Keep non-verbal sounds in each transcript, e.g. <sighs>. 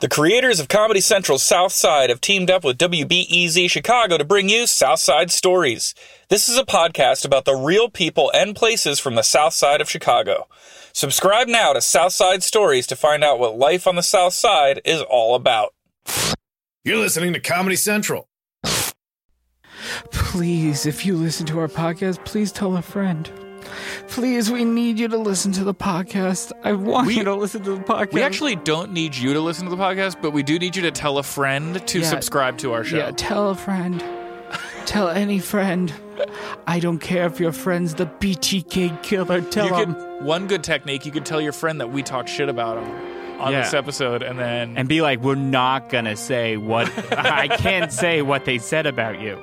The creators of Comedy Central's South Side have teamed up with WBEZ Chicago to bring you South Side Stories. This is a podcast about the real people and places from the South Side of Chicago. Subscribe now to South Side Stories to find out what life on the South Side is all about. You're listening to Comedy Central. Please, if you listen to our podcast, please tell a friend. Please, we need you to listen to the podcast. I want We- you to listen to the podcast. We actually don't need you to listen to the podcast, but we do need you to tell a friend to Yeah. subscribe to our show. yeah, tell a friend. tell any friend. I don't care if your friend's the BTK killer. Tell you him. could one good technique. You could tell your friend that we talk shit about him on Yeah. this episode, and then and be like, we're not gonna say what <laughs> I can't say what they said about you.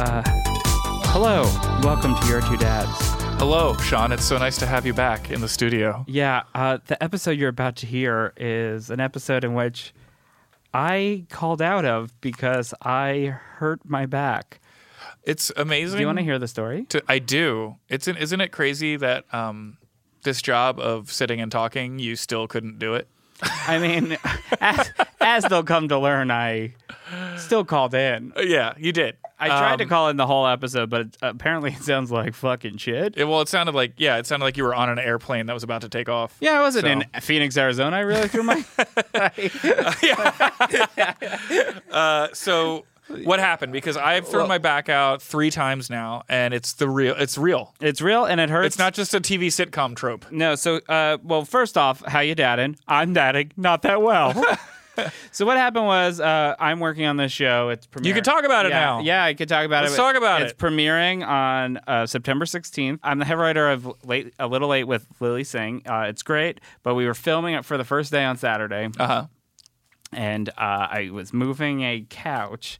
Uh, hello, welcome to your two dads. hello, Sean. It's so nice to have you back in the studio. Yeah, uh, the episode you're about to hear is an episode in which I called out of because I hurt my back. It's amazing. Do you want to hear the story? to- I do. It's an, isn't it crazy that um, this job of sitting and talking, you still couldn't do it. I mean, as, as they'll come to learn, I still called in. Uh, Yeah, you did. I tried to Um, call in the whole episode, but apparently it sounds like fucking shit. It, well, it sounded like yeah, it sounded like you were on an airplane that was about to take off. yeah, I wasn't so- in Phoenix, Arizona. I really <laughs> threw my. so what happened because i've thrown my back out three times now and it's the real it's real It's real and it hurts. it's not just a tv sitcom trope No, so uh, well, first off, how you dadding? I'm dadding, not that well. <laughs> so what happened was uh, I'm working on this show. It's premiering. You can talk about it Yeah, now. Yeah, I could talk about Let's it. talk about it's it. It's premiering on uh, September 16th. I'm the head writer of late, a little late with Lily Singh. Uh, it's great, but we were filming it for the first day on Saturday, uh-huh and uh, I was moving a couch.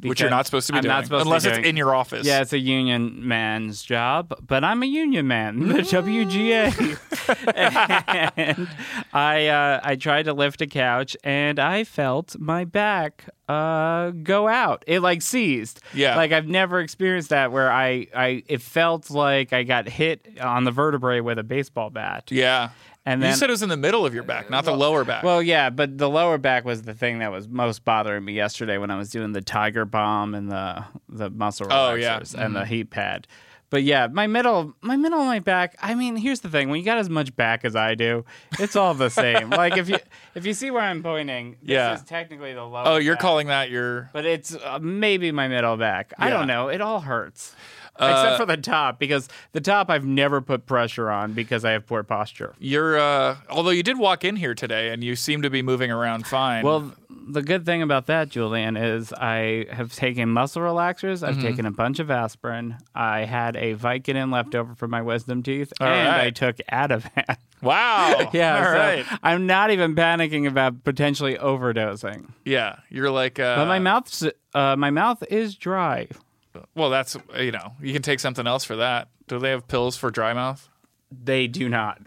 which you're because not supposed to be I'm doing not supposed unless to be it's doing- in your office yeah, it's a union man's job, but I'm a union man, <laughs> the <laughs> WGA. and I uh, I tried to lift a couch, and I felt my back uh, go out. It like seized. Yeah. like I've never experienced that where I I it felt like I got hit on the vertebrae with a baseball bat. yeah And you then- said it was in the middle of your back not the lower back Well, yeah, but the lower back was the thing that was most bothering me yesterday when I was doing the tiger bomb and the the muscle Oh, yeah. relaxers and the heat pad. But yeah, my middle, my middle, of my back. I mean, here's the thing: when you got as much back as I do, it's all <laughs> the same. like if you if you see where I'm pointing, this Yeah. is technically the lower. oh you're back, calling that your but it's uh, maybe my middle back. I Yeah. Uh, don't know. It all hurts. Except for the top, because the top I've never put pressure on because I have poor posture. your uh although you did walk in here today and you seem to be moving around fine Well, the good thing about that, Julian, is I have taken muscle relaxers. I've taken a bunch of aspirin. I had a Vicodin left over from my wisdom teeth, and right. I took Ativan. <laughs> wow <laughs> yeah, all so right I'm not even panicking about potentially overdosing. yeah you're like uh But my mouth's uh, my mouth is dry. well that's you know you can take something else for that do they have pills for dry mouth They do not.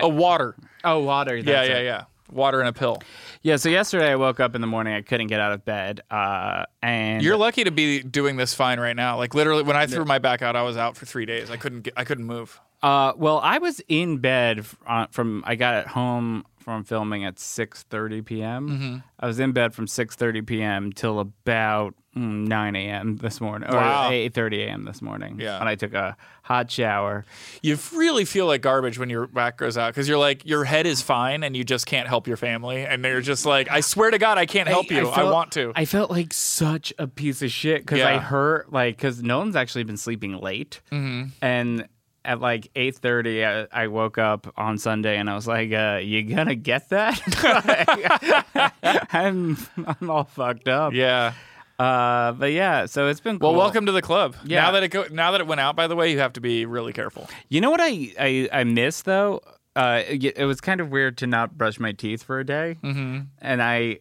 oh water Oh, water. yeah That's yeah it. yeah water and a pill Yeah. So yesterday I woke up in the morning. I couldn't get out of bed, uh, and You're lucky to be doing this fine right now. Like literally, when I threw my back out, I was out for three days. I couldn't get, I couldn't move. Uh, well, I was in bed f- uh, from I got home from filming at 6:30 p.m. Mm-hmm. I was in bed from 6:30 p.m. till about mm, 9 a.m. this morning, or Wow. 8:30 a.m. this morning. Yeah. and I took a hot shower. You really feel like garbage when your back goes out because you're like your head is fine and you just can't help your family, and they're just like, I swear to God, I can't help you. I, felt- want to. I felt like such a piece of shit because Yeah. I hurt like because Nolan's actually been sleeping late, Mm-hmm. and at like eight thirty, I, I woke up on Sunday and I was like, uh, "You gonna get that?" <laughs> Like, <laughs> I'm I'm all fucked up. yeah. Uh, but yeah, so it's been Well, cool. welcome to the club. Yeah. Now that it go, now that it went out, by the way, you have to be really careful. You know what I I, I miss though? Uh, it, it was kind of weird to not brush my teeth for a day, mm-hmm. and I.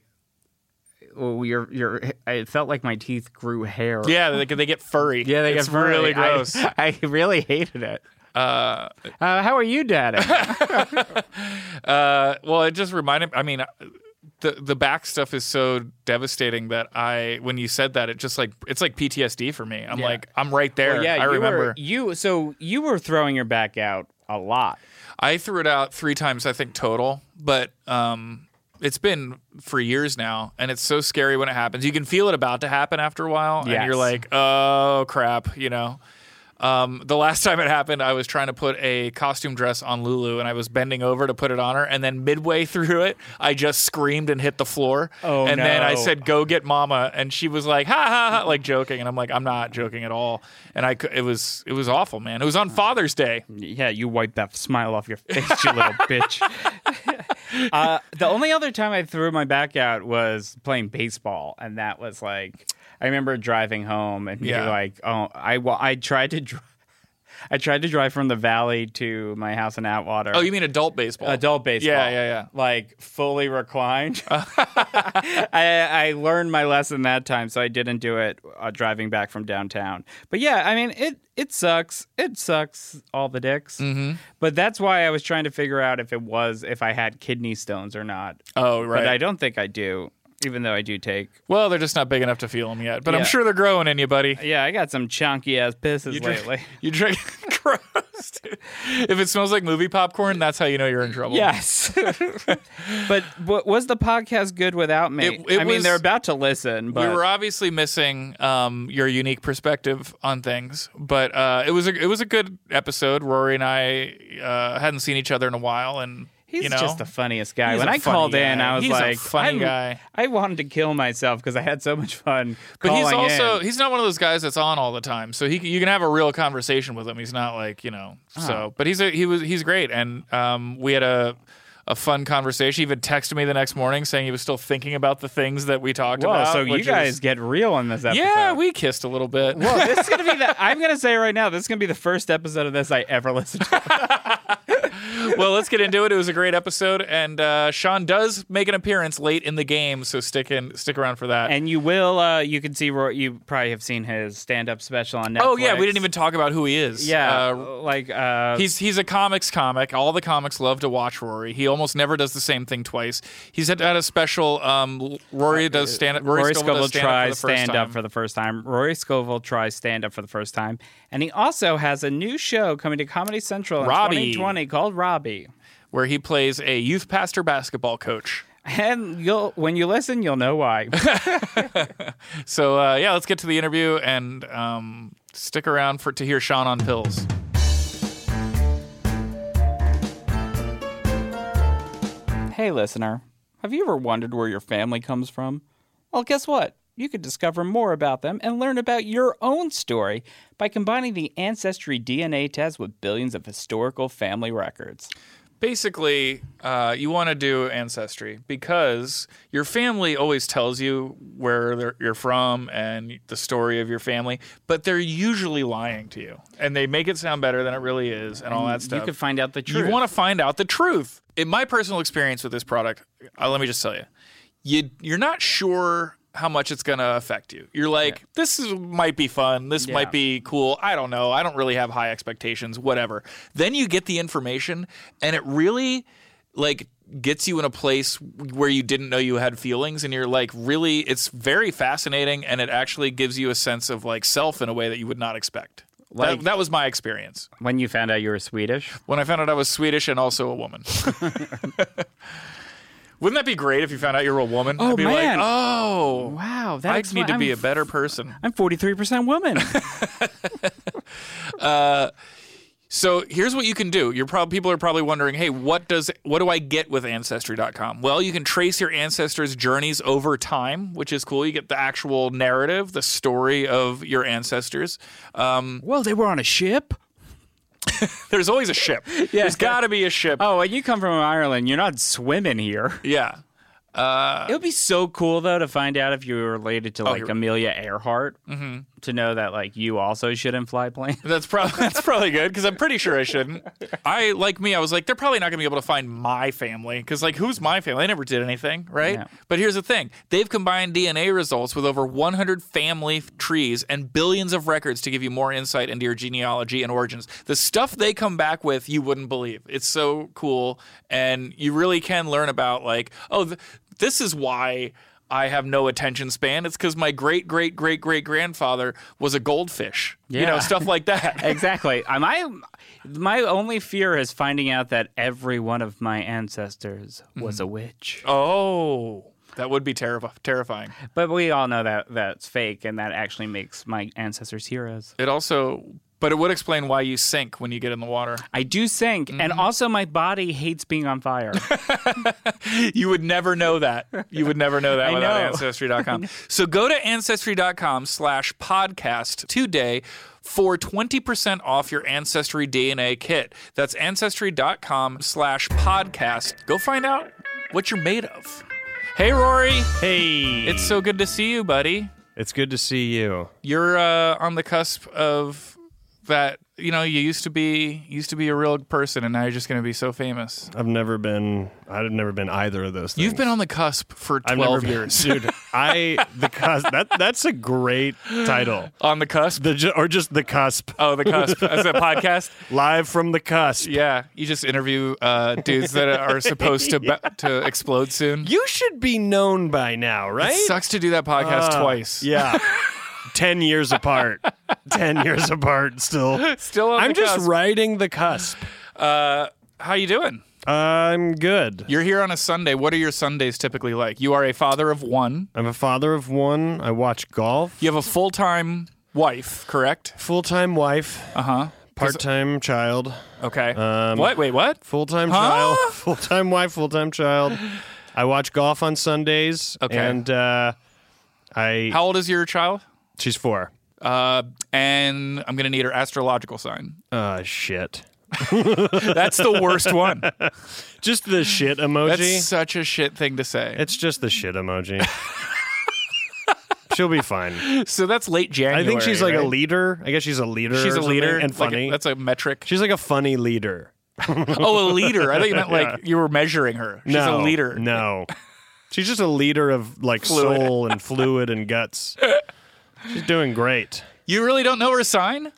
Well, your your it felt like my teeth grew hair. Yeah, they, they get furry. Yeah, they it's get furry. really <laughs> I- gross. <laughs> I, really hated it. <laughs> Uh, how are you, Dad? Uh, well, it just reminded. I mean, the the back stuff is so devastating that I when you said that it just like it's like PTSD for me. I'm Yeah. like I'm right there. Well, yeah, I you remember. Were, you so you were throwing your back out a lot. I threw it out three times, I think total, but um, it's been for years now, and it's so scary when it happens. You can feel it about to happen after a while, and Yes. you're like, "Oh crap," you know. Um, the last <laughs> time it happened, I was trying to put a costume dress on Lulu, and I was bending over to put it on her, and then midway <laughs> through it, I just screamed and hit the floor. Oh, and then I no. said, "Go get Mama," and she was like, "Ha ha ha," like joking, and I'm like, "I'm not joking at all." And I, cou- it was, it was awful, man. It was on Father's Day. Yeah, you wipe that <laughs> smile off your face, you little bitch. <laughs> uh, the only other time I threw my back out was playing baseball, and that was like I remember driving home and Yeah. you're like, oh, I wa- I tried to. Dr- <laughs> I tried to drive from the valley to my house in Atwater. Oh, you mean adult baseball? adult baseball. Yeah, yeah, yeah. Like <laughs> fully reclined. I, I learned my lesson that time, so I didn't do it uh, driving back from downtown. But yeah, I mean, it it sucks. It sucks all the dicks. Mm-hmm. But that's why I was trying to figure out if it was if I had kidney stones or not. Oh, right. But I don't think I do, even though I do take. well, they're just not big enough to feel them yet, but I'm Yeah. sure they're growing in you, buddy. Yeah, I got some chunky ass pisses drink- <laughs> lately. You drink gross. dude. If it smells like movie popcorn, that's how you know you're in trouble. Yes. <laughs> but w- was the podcast good without me? It- it I was- mean, they're about to listen, We but were obviously missing um, your unique perspective on things, but uh, it was a it was a good episode. Rory and I uh, hadn't seen each other in a while, and He's you know, just the funniest guy. He's When a I funny called guy. in, I was He's a like, funny I'm- guy. I wanted to kill myself because I had so much fun. but he's calling also in. he's not one of those guys that's on all the time, so he c- you can have a real conversation with him. He's not like you know Ah. so, but he's a, he was he's great, and um, we had a a fun conversation. He even texted me the next morning saying he was still thinking about the things that we talked Whoa, about. so you which guys is- get real on this episode. yeah, we kissed a little bit. Whoa, this is gonna be <laughs> the. I'm gonna say right now, this is gonna be the first episode of this I ever listened to. <laughs> well, let's get into it. It was a great episode, and uh, Sean does make an appearance late in the game, so stick in stick around for that. and you will. Uh, you can see. Roy, you probably have seen his stand-up special on Netflix. oh yeah, we didn't even talk about who he is. Yeah, Uh, like uh, He's he's a comics comic. All the comics love to watch Rory. He almost never does the same thing twice. He's had, had a special. Um, Rory does stand up. Rory, Uh, Rory Scovel, Scovel does stand up tries for the first stand up time. for the first time. Rory Scovel tries stand up for the first time, and he also has a new show coming to Comedy Central in Robbie. 2020 called Robbie. where he plays a youth pastor basketball coach. And you'll when you listen, you'll know <laughs> why. So uh, yeah, let's get to the interview and um, stick around for to hear Sean on pills. hey, listener, have you ever wondered where your family comes from? Well, guess what? You could discover more about them and learn about your own story by combining the Ancestry DNA test with billions of historical family records. basically uh, you want to do ancestry because your family always tells you where they're- you're from and the story of your family but they're usually lying to you and they make it sound better than it really is and all that stuff You could find out the you truth. want to find out the truth. In my personal experience with this product, uh, let me just tell you, you you're not sure how much it's going to affect you. You're like, this is, might be fun. This might be cool. I don't know. I don't really have high expectations. Whatever. Then you get the information, and it really like gets you in a place where you didn't know you had feelings and you're like really it's very fascinating and it actually gives you a sense of like self in a way that you would not expect That- Like- that was my experience when you found out you were Swedish. when I found out I was Swedish and also a woman. <laughs> Wouldn't that be great if you found out you were a woman? Oh, I'd be man. like, oh, Wow, I that's need to be a better person. I'm <laughs> 43% woman. So here's what you can do. You're probably people are probably wondering, hey, what does what do I get with ancestry.com? Well, you can trace your ancestors' journeys over time, which is cool. You get the actual narrative, the story of your ancestors. Um, Whoa, they were on a ship? there's always a <laughs> ship. There's got to be a ship. Oh, well, you come from Ireland. You're not swimming here. Yeah. it would be so cool, though, to find out if you were related to, like, you're- Amelia Earhart. Mm-hmm. To know that, like, you also shouldn't fly planes. That's probably <laughs> that's probably good because I'm pretty sure I shouldn't. I like me. I was like, they're probably not gonna be able to find my family because like, who's my family? I never did anything, right? Yeah. But here's the thing: they've combined DNA results with over 100 family f- trees and billions of records to give you more insight into your genealogy and origins. The stuff they come back with, you wouldn't believe. It's so cool, and you really can learn about like, oh. The, this is why I have no attention span. It's because my great great great great grandfather was a goldfish. You know, Yeah. stuff like that. <laughs> exactly. I- My my only fear is finding out that every one of my ancestors was Mm-hmm. a witch. oh, that would be terrif- terrifying. But we all know that that's fake, and that actually makes my ancestors heroes. It also, but it would explain why you sink when you get in the water. I do sink, Mm-hmm. and also my body hates being <laughs> on fire. <laughs> You would never know that. You would never <laughs> know that I without know. Ancestry.com. <laughs> So go to Ancestry.com slash podcast today for 20% off your Ancestry DNA kit. That's Ancestry.com slash podcast. Go find out what you're made of. Hey, Rory. Hey, It's so good to see you, buddy. it's good to see you. You're uh, on the cusp of that. You know, you used to be used to be a real person, and now you're just going to be so famous. I've never been. I've never been either of those. Things. You've been on the cusp for I've 12 never years. been, <laughs> dude. I the cusp. That that's a great title. on the cusp. The ju- or just the cusp. Oh, the <laughs> cusp. As a podcast. Live from the cusp. Yeah, you just interview uh, dudes that are <laughs> supposed to be- to explode soon. You should be known by now, right? It sucks to do that podcast Uh, twice. <laughs> Yeah. 10 years apart. 10 years apart <laughs> still. Still on I'm the just cusp. riding the cusp. How you doing? I'm good. You're here on a Sunday. What are your Sundays typically like? You are a father of one. I'm a father of one. I watch golf. You have a full-time wife, correct? Full-time wife. Uh-huh. Part-time child. Okay. Um, what? Wait, what? Full-time Huh? child. <laughs> Full-time wife, full-time child. I watch golf on Sundays. Okay. And uh, I How old is your child? she's 4. Uh, and I'm gonna need her astrological sign. Uh shit. That's the worst <laughs> one. Just the shit emoji. That's such a shit thing to say. It's just the <laughs> shit emoji. She'll be fine. So that's late January. I think she's like a right? leader. I guess she's a leader. She's or a leader something, and Like, funny. that's a <laughs> metric. she's like a funny leader. Oh, a leader. I thought you meant like you were measuring her. She's a no, leader. <laughs> No, she's just a leader of like Fluid. soul and fluid and <laughs> guts. She's doing great. You really don't know her sign?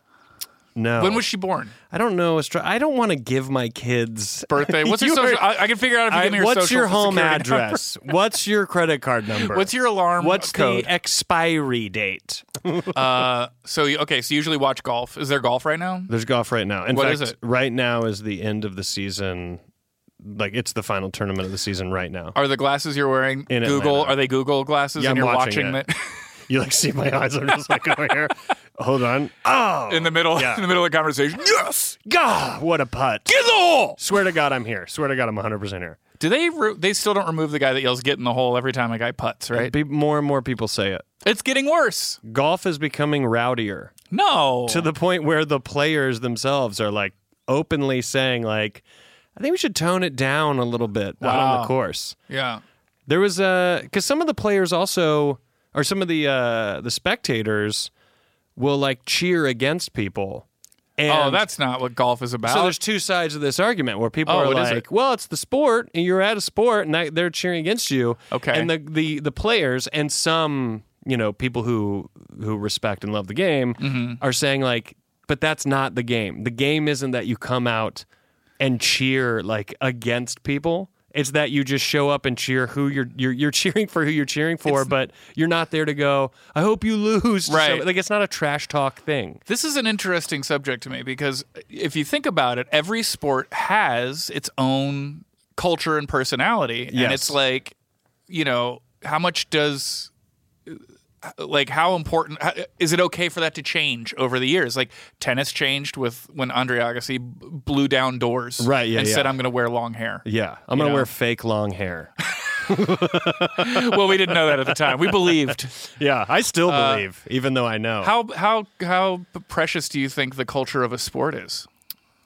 No, When was she born? I don't know. astro- I don't want to give my kids <laughs> <laughs> Birthday? What's your You social? are- I, I can figure out if you I- give me your what's social your home security number. <laughs> address? What's your credit card number? What's your alarm What's code? the expiry date? so you- okay, so you usually watch golf. Is there golf right now? There's golf right now. In What fact, is it? right now is the end of the season. Like it's the final tournament of the season right now. Are the glasses you're wearing In Google? Atlanta. Are they Google glasses? Yeah, and I'm you're watching, watching it, <laughs> it. You like see my eyes are just like over here. Hold on. Oh, in the middle Yeah. in the middle of the conversation. Yes, God, what a putt! get in the hole. Swear to God, I'm here. Swear to God, I'm 100 percent here. Do they? Re- they still don't remove the guy that yells "get in the hole" every time a guy putts, right? Be- more and more people say it. It's getting worse. Golf is becoming rowdier No, to the point where the players themselves are like openly saying, like, I think we should tone it down a little bit out on Wow. the course. yeah. There was a because some of the players also, or some of the uh, the spectators, will like cheer against people. And Oh, that's not what golf is about. So there's two sides of this argument where people Oh, are what is it? like, "Well, it's the sport, and you're at a sport, and I, they're cheering against you." Okay. and the, the the players and some you know people who who respect and love the game Mm-hmm. are saying like, "But that's not the game. The game isn't that you come out and cheer like against people." It's that you just show up and cheer who you're you're, you're cheering for who you're cheering for, but you're not there to go. I hope you lose. to Right. some-" like it's not a trash talk thing. This is an interesting subject to me because if you think about it, every sport has its own culture and personality. And Yes. it's like, you know, how much does uh, like how important how, is it okay for that to change over the years like tennis changed with when andre agassi b- blew down doors Right, yeah, and said yeah. i'm gonna wear long hair Yeah, I'm gonna wear fake long hair. <laughs> well we didn't know that at the time we believed Yeah, I still believe, even though I know. how how how precious do you think the culture of a sport is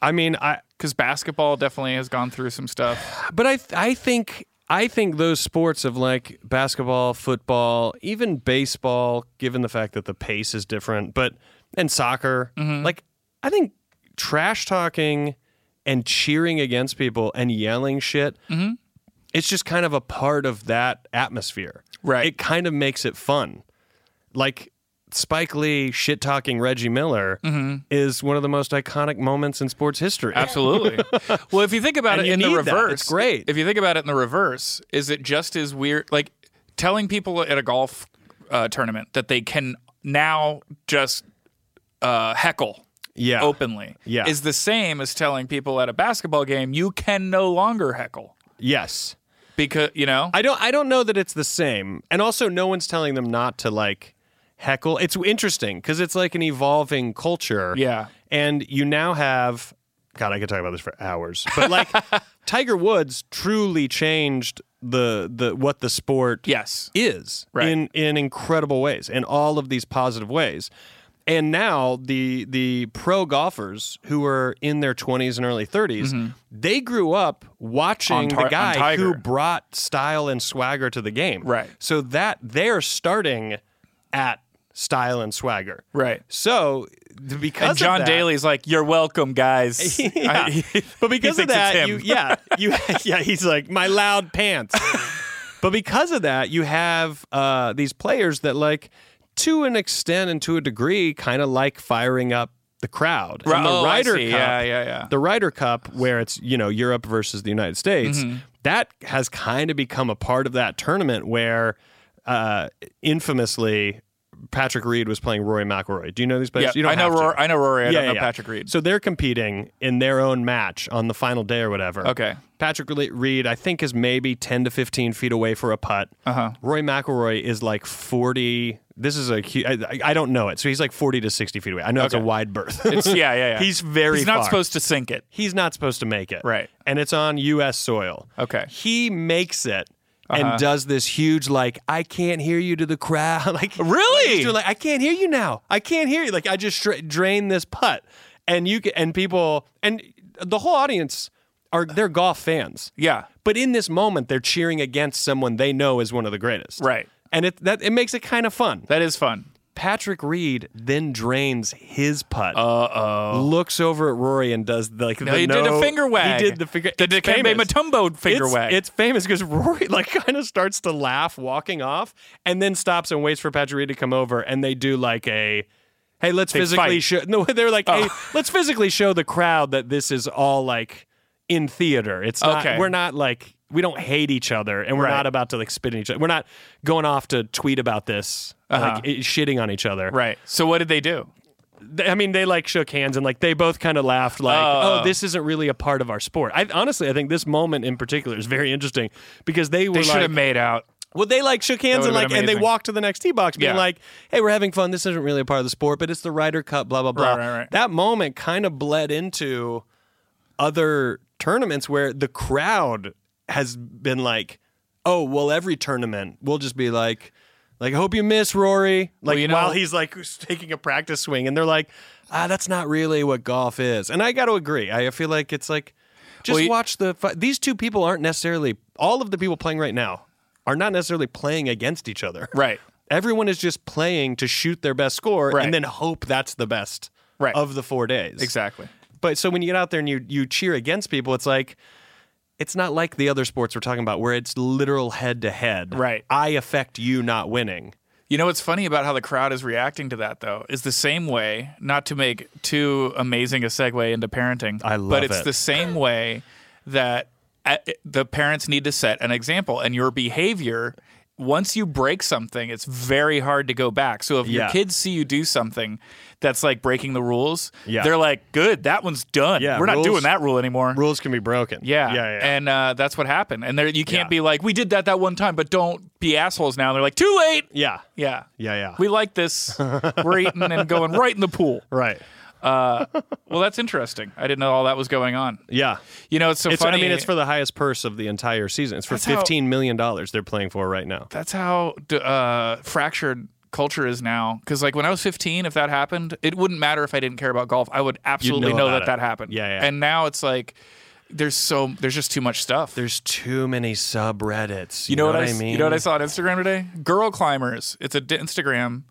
I mean, I because basketball definitely has gone through some stuff but I I think I think those sports of like basketball, football, even baseball, given the fact that the pace is different, but and soccer, like I think trash talking and cheering against people and yelling shit. It's just kind of a part of that atmosphere. Right. It kind of makes it fun. Like Spike Lee shit talking Reggie Miller is one of the most iconic moments in sports history. Absolutely. well, if you think about it And you in the need that. It's reverse, great. If you think about it in the reverse, is it just as weird? Like telling people at a golf uh, tournament that they can now just uh, heckle Yeah. openly Yeah. is the same as telling people at a basketball game you can no longer heckle Yes. because you know I don't I don't know that it's the same. And also no one's telling them not to like heckle. It's interesting cuz it's like an evolving culture. Yeah. And you now have God, I could talk about this for hours. But <laughs> like Tiger Woods truly changed the the what the sport yes is Right. in in incredible ways in all of these positive ways and now the the pro golfers who are in their 20s and early 30s they grew up watching Mm-hmm. On Ti- the on guy Tiger. who brought style and swagger to the game Right. so that they're starting at style and swagger right so th- because and John of that, Daly's like you're welcome guys <laughs> yeah. I- <laughs> but because he of thinks it's that, him. you, yeah, you, <laughs> yeah, he's like my loud <laughs> pants. but because of that, you have uh, these players that like, to an extent and to a degree, kind of like firing up the crowd. And the Oh, I Ryder see. Cup, Yeah, yeah, yeah. the Ryder Cup, where it's you know Europe versus the United States, Mm-hmm. that has kind of become a part of that tournament where, uh, infamously. Patrick Reed was playing Rory McIlroy. Do you know these players? yeah you don't I know have to. Rory, I know Rory I don't know Patrick Reed So they're competing in their own match on the final day or whatever. Okay. Patrick Le- Reed, I think, is maybe 10 to 15 feet away for a putt. Uh-huh. Roy McIlroy is like 40. This is a hu- I, I don't know it. So he's like 40 to 60 feet away. I know it's a wide berth. It's- yeah yeah yeah <laughs> He's very he's not far. supposed to sink it he's not supposed to make it. Right. And it's on U.S. soil. Okay. Uh-huh. He makes it. And does this huge like I can't hear you to the crowd <laughs> like Really? he's doing, like I can't hear you now I can't hear you like I just stra- drain this putt and you can, and people and the whole audience are they're golf fans yeah but in this moment they're cheering against someone they know is one of the greatest Right. and it that it makes it kind of fun that is fun Patrick Reed then drains his putt. Uh oh. Looks over at Rory and does the, like the he did no- a finger wag. He did the finger. The it's Dikembe famous. Mutombo finger it's, wag. It's famous because Rory <laughs> like kind of starts to laugh walking off, and then stops and waits for Patrick Reed to come over, and they do like a. Hey, let's physically fight. Oh. show. No, they're like, hey, let's physically show the crowd that this is all like in theater. It's not. Okay. We're not like we don't hate each other, and we're Right. not about to like spit in each other. We're not going off to tweet about this, like i- shitting on each other. Uh-huh. right. So what did they do? They- I mean, they like shook hands and like they both kind of laughed, like, Oh. "Oh, this isn't really a part of our sport." I honestly, I think this moment in particular is very interesting because they were They should like, have made out. well, they like shook hands That would've and like, been and they amazing. walked to the next tee box, being Yeah. like, "Hey, we're having fun. This isn't really a part of the sport, but it's the Ryder Cup." Blah blah blah. Right, right, right. That moment kind of bled into other tournaments where the crowd has been like, "Oh, well, every tournament we'll just be like." Like, hope you miss Rory. Like, you know- while he's like taking a practice swing, and they're like, ah, that's not really what golf is. And I got to agree. I feel like it's like, just Well, you- watch the. Fi- These two people aren't necessarily. All of the people playing right now are not necessarily playing against each other. Right. Everyone is just playing to shoot their best score Right. and then hope that's the best Right. of the four days. Exactly. But so when you get out there and you you cheer against people, it's like it's not like the other sports we're talking about where it's literal head to head. Right. I affect you not winning. You know what's funny about how the crowd is reacting to that though is the same way. Not to make too amazing a segue into parenting, I love but it's it. the same way that uh, the parents need to set an example, and your behavior. Once you break something, it's very hard to go back. So if your Yeah. kids see you do something that's like breaking the rules, Yeah. they're like, "Good, that one's done. Yeah, We're not rules- doing that rule anymore." Rules can be broken. Yeah. Yeah. yeah. And uh, that's what happened. And there, you can't Yeah. be like, we did that that one time, but don't be assholes now. And they're like, too late. yeah. Yeah. Yeah, yeah. We like this. We're eating and going right in the pool. Right. Well, that's interesting. I didn't know all that was going on. Yeah. You know, it's so It's, funny. I mean, it's for the highest purse of the entire season. It's for That's how- fifteen million dollars they're playing for right now. that's how d- uh, fractured culture is now. Because like when I was 15, if that happened, it wouldn't matter if I didn't care about golf. I would absolutely know know, about that it. that happened. Yeah, yeah. And now it's like there's so there's just too much stuff. There's too many subreddits. You, You know, what, I, I, s- mean? You know what I saw on Instagram today? Girl climbers. It's a d- Instagram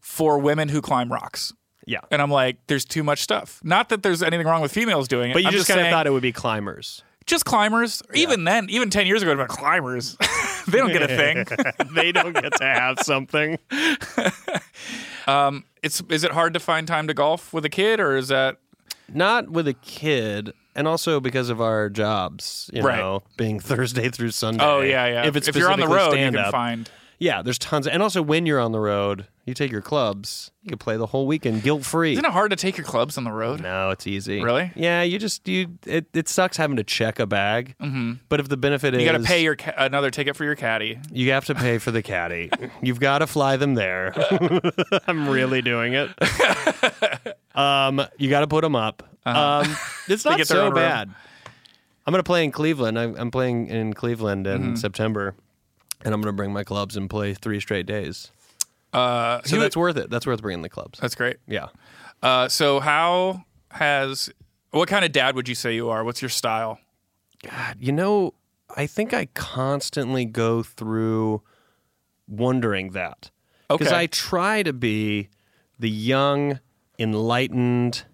for women who climb rocks. Yeah. And I'm like, there's too much stuff. Not that there's anything wrong with females doing it. But you I'm just, just, kind saying, of thought it would be climbers. just climbers. Even then, even ten years ago, it'd been <laughs> <laughs> climbers. <laughs> they don't get a thing. they don't get to have something. Um, it's is it hard to find time to golf with a kid, or is that Not with a kid. And also because of our jobs, you Right. know, being Thursday through Sunday. Oh yeah, yeah. If it's if you're on the road, you can stand up, find. Yeah, there's tons. and also, when you're on the road, you take your clubs. You can play the whole weekend guilt free. Isn't it hard to take your clubs on the road? No, it's easy. Really? Yeah, you just you. It, it sucks having to check a bag. Mm-hmm. But if the benefit You is got to pay your ca- another ticket for your caddy. you have to pay for <laughs> the caddy. You've got to fly them there. I'm really doing it. <laughs> um, you got to put them up. Um, <laughs> it's not Uh-huh. get their so own room. bad. I'm gonna play in Cleveland. I'm, I'm playing in Cleveland in Mm-hmm. September, and I'm gonna bring my clubs and play three straight days. Uh, So you- that's worth it. That's worth bringing the clubs. that's great. Yeah. Uh, so how has what kind of dad would you say you are? What's your style? You know, I think I constantly go through wondering that. Because Okay. I try to be the young, enlightened,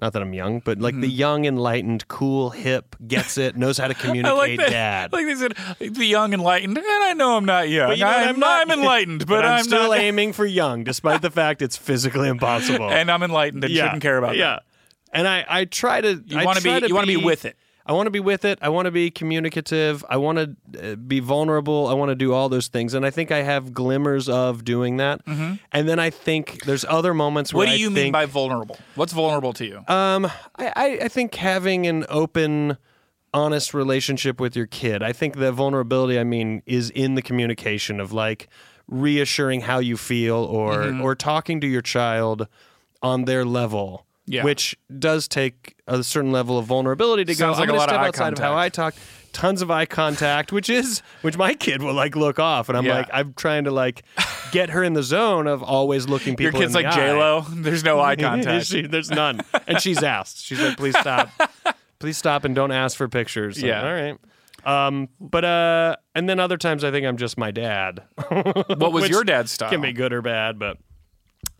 not that I'm young, but like Mm-hmm. the young, enlightened, cool, hip, gets it, knows <laughs> how to communicate dad. Like they said, the young enlightened, and I know I'm not young. But you know what? I'm, I'm not- <laughs> I'm enlightened, but, I'm, I'm, <laughs> still not. aiming for young, despite the fact it's physically impossible. And I'm enlightened and shouldn't care about Yeah. And I, I try to. that. You want to be. You want to be with it. I want to be with it. I want to be communicative. I want to uh, be vulnerable. I want to do all those things. And I think I have glimmers of doing that. And then I think there's other moments where Mm-hmm. What do I you mean think, by vulnerable? What's vulnerable to you? um, I, I, I think having an open, honest relationship with your kid. I think the vulnerability I mean is in the communication of like reassuring how you feel or Mm-hmm. or talking to your child on their level. Yeah. Which does take a certain level of vulnerability to Sounds go. like I'm a gonna lot of step eye outside of how I talk. Tons of eye contact, which is which my kid will like look off, and I'm Yeah. like I'm trying to like get her in the zone of always looking people. Your kid's in the like eye. J Lo. <laughs> There's no eye contact. <laughs> She- there's none. And she's asked. She's like, please <laughs> stop. please stop and don't ask for pictures. I'm Yeah. like, all right. Um, but uh, and then other times I think I'm just my dad. what was Which your dad's style? Can be good or bad, but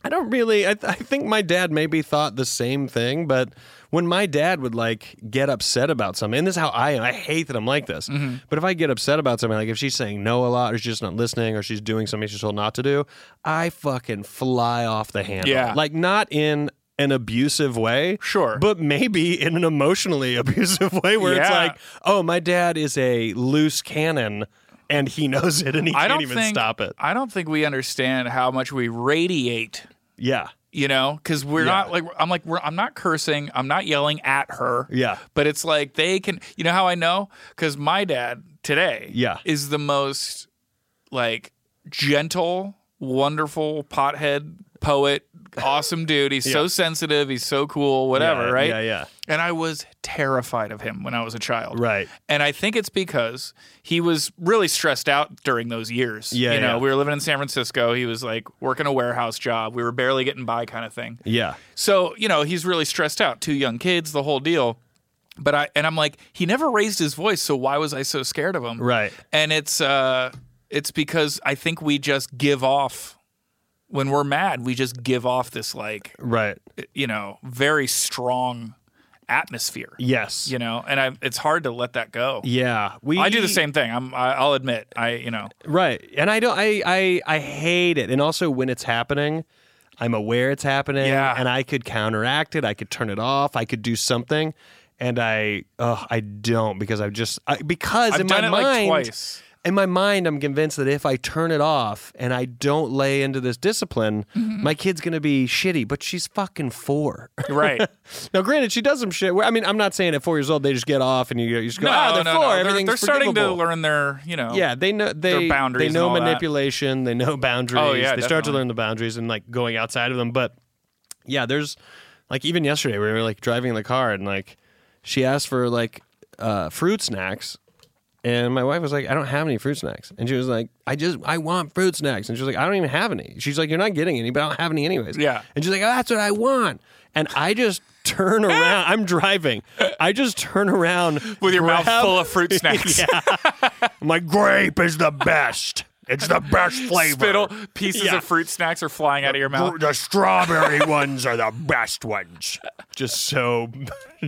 I don't really. I, th- I think my dad maybe thought the same thing, but when my dad would like get upset about something, and this is how I am. I hate that I'm like this. But if I get upset about something, like if she's saying no a lot, or she's just not listening, or she's doing something she's told not to do, I fucking fly off the handle. Yeah. like not in. An abusive way, Sure. but maybe in an emotionally <laughs> abusive way, where it's Yeah. like, "Oh, my dad is a loose cannon, and he knows it, and he I can't don't even think, stop it." I don't think we understand how much we radiate. Yeah, You know, because we're not like I'm like we're, I'm not cursing. I'm not yelling at her. Yeah. but it's like they can. You know how I know? Because my dad today. Yeah. is the most like gentle, wonderful pothead poet. Awesome dude. <laughs> He's so sensitive. He's so cool. Whatever. Yeah, right. yeah, yeah. And I was terrified of him when I was a child. Right. And I think it's because he was really stressed out during those years. Yeah, You know, yeah. we were living in San Francisco. He was like working a warehouse job. We were barely getting by kind of thing. Yeah. So, you know, he's really stressed out. Two young kids, the whole deal. But I and I'm like, he never raised his voice, so why was I so scared of him? Right. And it's uh it's because I think we just give off when we're mad, we just give off this like Right. you know, very strong atmosphere. Yes. You know, and I it's hard to let that go. yeah. We I do the same thing. I'm. I, I'll admit. I. You know. Right. And I don't I I I hate it. And also when it's happening, I'm aware it's happening Yeah. and I could counteract it. I could turn it off. I could do something. And I oh, I don't because I've just I, because I've in done my it, like, mind <laughs> twice. in my mind I'm convinced that if I turn it off and I don't lay into this discipline, my kid's going to be shitty, but she's fucking 4. <laughs> Right. Now, granted, she does some shit. Where, I mean, I'm not saying at four years old they just get off and you, you just go, no. ah, they're no, four. no. They're, Everything's they're starting to forgivable." learn their. You know. Yeah, they know they boundaries They know and all that. manipulation. They know boundaries. Oh, yeah, they start to definitely. learn the boundaries and like going outside of them. But yeah, there's like even yesterday we were like driving in the car and like she asked for like uh, fruit snacks. And my wife was like, I don't have any fruit snacks. And she was like, I just, I want fruit snacks. And she was like, I don't even have any. She's like, You're not getting any, but I don't have any anyways. Yeah. And she's like, oh, That's what I want. And I just <laughs> turn around. I'm driving. I just turn around With your mouth <laughs> grab- full of fruit snacks. yeah. I'm like, grape is the best. It's the <laughs> best flavor. Spittle pieces of fruit snacks are flying out of your mouth. The strawberry ones are the best ones. Just <laughs> so,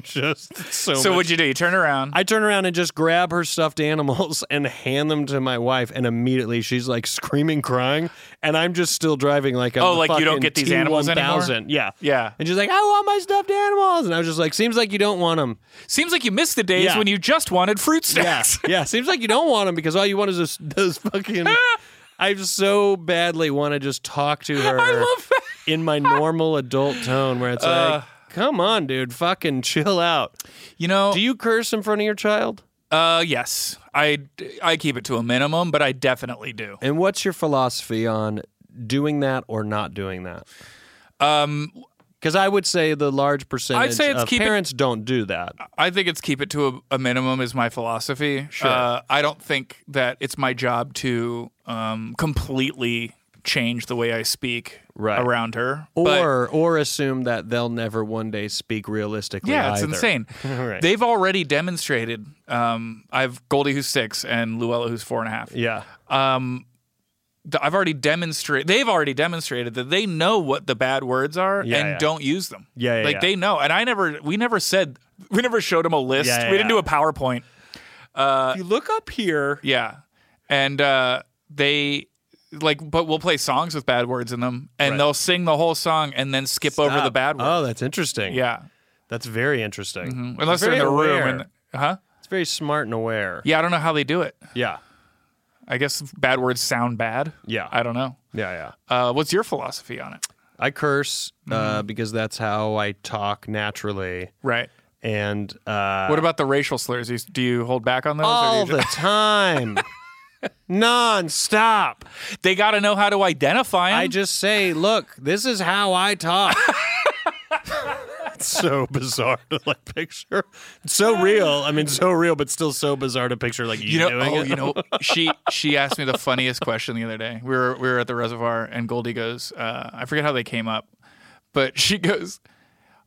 just so. So much- what'd you do? You turn around. I turn around and just grab her stuffed animals <laughs> and hand them to my wife, and immediately she's like screaming, crying, and I'm just still driving like I'm Oh, the like you don't fucking get these animals anymore? T1000. Yeah, Yeah. And she's like, I want my stuffed animals, and I was just like, seems like you don't want them. Seems like you missed the days Yeah. when you just wanted fruit Yeah, snacks. <laughs> <laughs> yeah. Seems like you don't want them because all you want is those, those fucking. I so badly want to just talk to her in my normal adult tone, where it's Uh. like, come on, dude, fucking chill out. You know, Do you curse in front of your child? uh, yes, I I keep it to a minimum, but I definitely do. And what's your philosophy on doing that or not doing that? Um, Because I would say the large percentage I'd say it's of keep it- parents don't do that. I think it's keep it to a, a minimum is my philosophy. Sure. Uh, I don't think that it's my job to um, completely change the way I speak Right. around her. but- Or or assume that they'll never one day speak realistically. yeah, it's either. insane. <laughs> Right. They've already demonstrated. Um, I've Goldie who's six and Luella who's four and a half. Yeah. th- I've already demonstrated. They've already demonstrated that they know what the bad words are Yeah, and yeah. don't use them. Yeah, yeah, like yeah. they know. And I never. We never said. We never showed them a list. Yeah, yeah, we didn't yeah. do a PowerPoint. if you look up here. Yeah, and uh, they like, but we'll play songs with bad words in them, and they'll sing the whole song and then skip over the bad word. Oh, that's interesting. Yeah, Mm-hmm. That's very interesting. unless they're in the Very room aware. and huh. It's very smart and aware. Yeah, I don't know how they do it. Yeah. I guess bad words sound bad. Yeah. I don't know. Yeah. yeah. Uh, what's your philosophy on it? I curse uh, Mm-hmm. because that's how I talk naturally. Right. And uh, Oh. What about the racial slurs? You- Do you hold back on those? or do you all just- <laughs> the time. Non-stop. They got to know how to identify him. I just say, look, this is how I talk. <laughs> it's so bizarre to like picture. It's so real. I mean, so real, but still so bizarre to picture like you, you know, doing oh, it. you know, she she asked me the funniest question the other day. We were we were at the reservoir, and Goldie goes, uh, I forget how they came up, but she goes,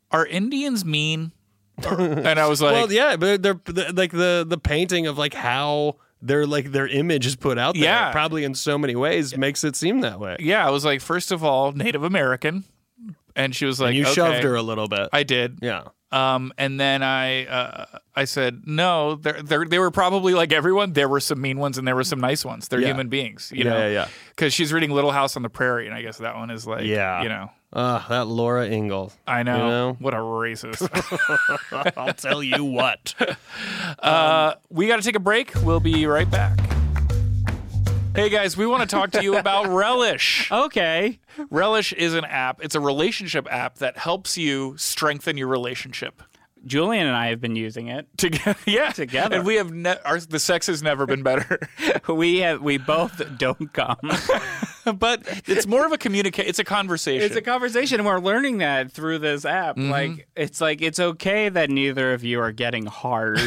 "Are Indians mean?" and I was like, well, yeah, but they're, they're- like the the painting of like how their like their image is put out there. Yeah. probably in so many ways makes it seem that way. yeah. I was like, first of all, Native American, and she was like, And you okay. shoved her a little bit. I did. yeah. Um, and then I uh, I said, no, they're, they're, they were probably like everyone. There were some mean ones and there were some nice ones. They're Yeah. human beings, you Yeah, know? yeah, yeah. Because she's reading Little House on the Prairie, and I guess that one is like, Yeah. you know, Ah, that Laura Ingalls. I know. <laughs> You know? What a racist. <laughs> I'll tell you <laughs> what. we got to take a break. We'll be right back. Hey guys, we want to talk to you <laughs> about Relish. <laughs> Okay. Relish is an app, it's a relationship app that helps you strengthen your relationship. Julian and I have been using it. Together, <laughs> yeah, Together. and we have ne- our, the sex has never been <laughs> better. <laughs> We have we both don't come. but it's more of a communicate. It's a conversation. It's a conversation, and we're learning that through this app. Like, it's like it's okay that neither of you are getting hard.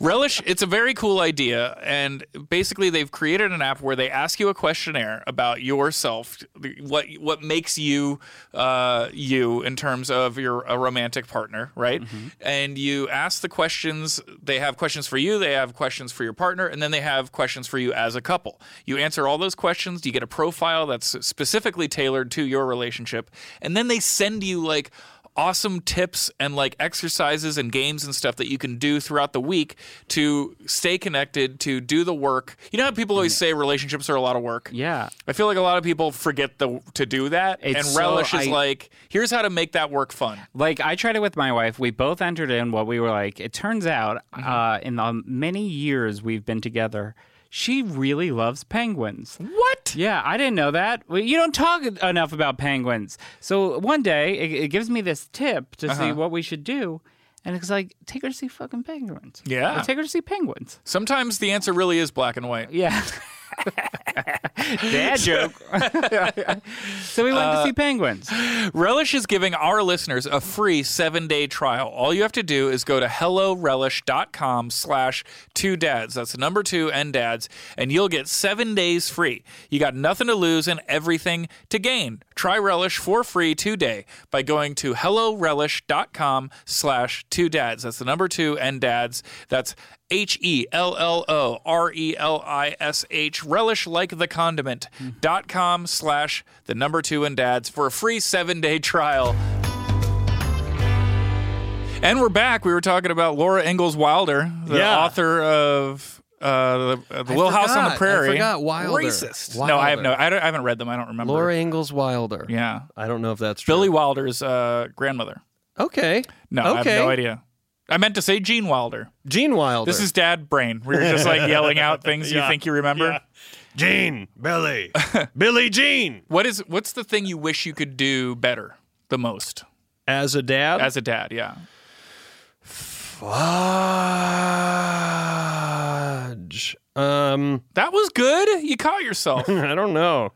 Relish, it's a very cool idea. And basically, they've created an app where they ask you a questionnaire about yourself, the- what what makes you uh, you in terms of your a romantic partner, right? And you ask the questions. They have questions for you. They have questions for your partner, and then they have questions for you as a couple. You answer all those questions. You get a profile that's specifically tailored to your relationship, and then they send you like awesome tips and like exercises and games and stuff that you can do throughout the week to stay connected, to do the work. You know how people always say relationships are a lot of work? yeah. I feel like a lot of people forget the, to do that. It's and so- Relish is I- like, here's how to make that work fun. Like, I tried it with my wife. We both entered in what we were like. It turns out, uh, in the many years we've been together, she really loves penguins. What? Yeah, I didn't know that. Well, you don't talk enough about penguins. So one day, it, it gives me this tip to see what we should do. And it's like, take her to see fucking penguins. Yeah. Take her to see penguins. Sometimes the answer really is black and white. Yeah. <laughs> Dad <laughs> joke. so we went to Uh, see penguins. Relish is giving our listeners a free seven-day trial. All you have to do is go to hellorelish.com slash two dads. That's the number two and dads, and you'll get seven days free. You got nothing to lose and everything to gain. Try Relish for free today by going to hellorelish.com slash two dads. That's the number two and dads. That's H E L L O R E L I S H, relish like the condiment, Hmm. dot com slash the number two and dads for a free seven day trial. And we're back. We were talking about Laura Ingalls Wilder, the Yeah. author of uh, the, the Little House on the forgot. I Prairie. forgot Wilder. Racist. No, I have no. Wilder. I, don't, I haven't read them. I don't remember. Laura Ingalls Wilder. Yeah. I don't know if that's Billy true. Wilder's uh, grandmother. Okay. No, I have Okay. no idea. I meant to say Gene Wilder. Gene Wilder. This is dad brain. We were just like yelling out things you think you remember. Gene, <laughs> Billy, Billy Gene What is what's the thing you wish you could do better the most as a dad. as a dad? Yeah. Fudge. Um, <laughs> That was good. You caught yourself. I don't know.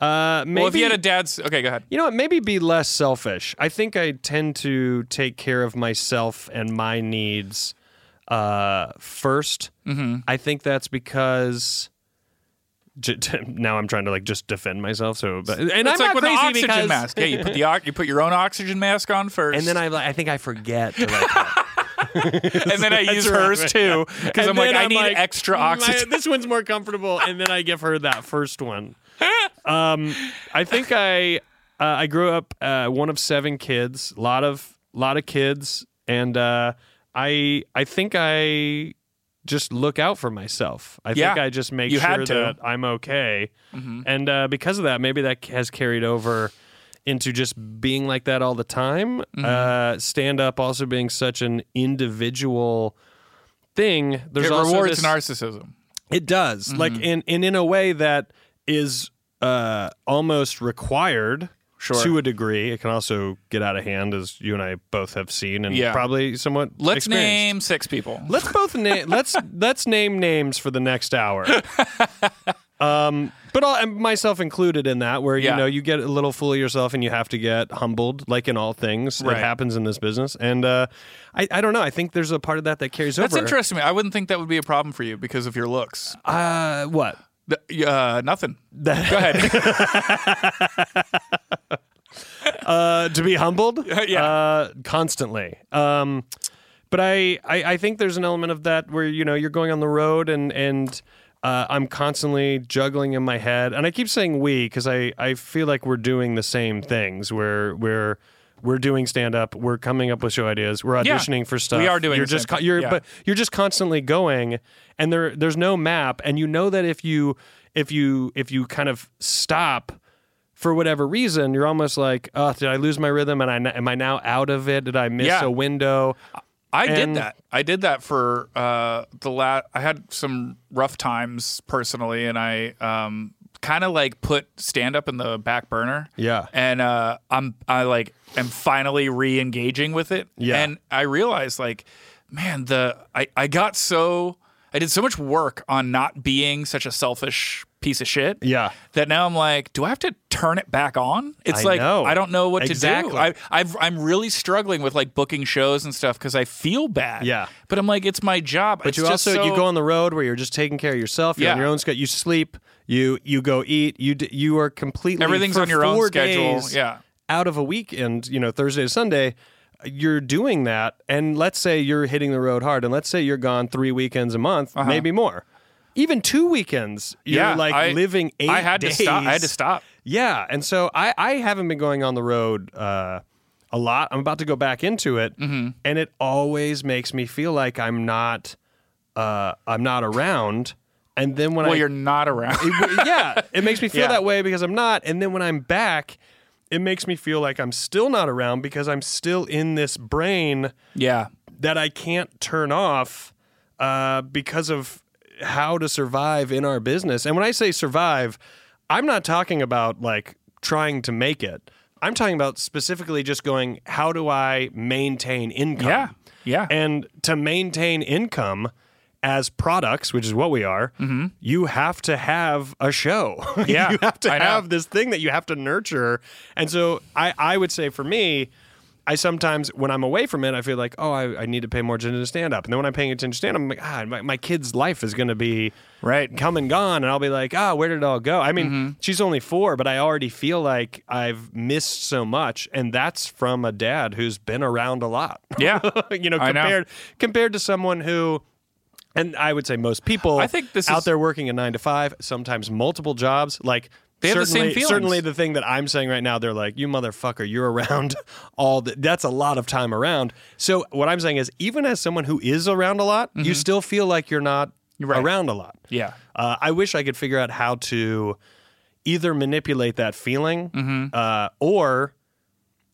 Uh, maybe Well, if you had a dad's okay, go ahead. you know what? Maybe be less selfish. I think I tend to take care of myself and my needs uh, 1st Mm-hmm. I think that's because. j- <laughs> t- Now I'm trying to like just defend myself. So, but, and It's I'm like not with the crazy oxygen because, mask. Yeah, you put the ox- you put your own oxygen mask on first, <laughs> and then I like, I think I forget. To like, and <laughs> then I use hers too because And I'm like then I need like, extra "Mm, oxygen. I- this one's more comfortable, and then I give her that <laughs> first one. um, I think I uh, I grew up uh, one of seven kids, lot of lot of kids, and uh, I I think I just look out for myself. I Yeah. think I just make You had sure to. Mm-hmm. that I'm okay, and uh, because of that, maybe that has carried over. Into just being like that all the time. Mm-hmm. Uh, stand up also being such an individual thing. <laughs> There's It also rewards Mm-hmm. this, narcissism. it does. Like in and in a way that is uh almost required Sure. to a degree. It can also get out of hand as you and I both have seen and Yeah. probably somewhat Let's experienced. name six people. Let's <laughs> both name let's let's name names for the next hour. um but all, and myself included in that where Yeah. you know you get a little full of yourself and you have to get humbled like in all things Right. it happens in this business and uh I, I don't know I think there's a part of that that carries That's over interesting. I wouldn't think that would be a problem for you because of your looks. uh what Th- Uh, nothing. Go ahead. uh, to be humbled <laughs> Yeah. uh, constantly um, but I, I i think there's an element of that where you know you're going on the road and and uh, i'm constantly juggling in my head and i keep saying we because i i feel like we're doing the same things where we're we're doing stand up. We're coming up with show ideas. We're Yeah. auditioning for stuff. We are doing You're the just same co- thing. you're Yeah. but you're just constantly going and there there's no map and you know that if you if you if you kind of stop for whatever reason you're almost like oh did i lose my rhythm and i n- am i now out of it did i miss Yeah. a window I did And- that. I did that for uh, the last. I had some rough times personally, and I um, kind of like put stand up in the back burner. Yeah. and uh, I'm I like am finally re-engaging with it. Yeah. and I realized like, man, the I I got so I did so much work on not being such a selfish piece of shit. Yeah. that now I'm like, do I have to turn it back on? It's I like know. I don't know what to Exactly. do. I, I've, I'm really struggling with like booking shows and stuff because I feel bad. Yeah. but I'm like, it's my job. but you also you go on the road where you're just taking care of yourself you're on Yeah. your own schedule you sleep you you go eat you d- you are completely Everything's for on your own four schedule. days Yeah. out of a weekend you know thursday to sunday you're doing that and let's say you're hitting the road hard and let's say you're gone three weekends a month maybe more even two weekends you're Uh-huh. yeah, like I- living eight I had days. to stop. I had to stop. Yeah, and so I I haven't been going on the road uh, a lot. I'm about to go back into it, Mm-hmm. and it always makes me feel like I'm not uh, I'm not around. And then when Well, I <laughs> you're <laughs> not around. it- yeah, it makes me feel Yeah. that way because I'm not. And then when I'm back, it makes me feel like I'm still not around because I'm still in this brain yeah, that I can't turn off uh, because of how to survive in our business. And when I say survive, I'm not talking about like trying to make it. I'm talking about specifically just going, how do I maintain income? Yeah. Yeah. And to maintain income as products, which is what we are, you have to have a show. Mm-hmm. <laughs> Yeah, you have to I know. have this thing that you have to nurture. And so I, I would say for me, I sometimes when I'm away from it, I feel like, oh, I, I need to pay more attention to stand up. And then when I'm paying attention to stand up, I'm like, ah, my, my kid's life is going to be Right. come and gone. And I'll be like, ah, where did it all go? I mean, Mm-hmm. she's only four, but I already feel like I've missed so much. And that's from a dad who's been around a lot. <laughs> yeah. you know, I know. compared compared to someone who and I would say most people I think this out is- there working a nine to five, sometimes multiple jobs, like They have the same certainly, feelings. certainly the thing that I'm saying right now, they're like, you motherfucker, you're around <laughs> all the, that's a lot of time around. So what I'm saying is, even as someone who is around a lot, you still feel like you're not Mm-hmm. right. around a lot. Yeah. Uh, I wish I could figure out how to either manipulate that feeling Mm-hmm. uh, or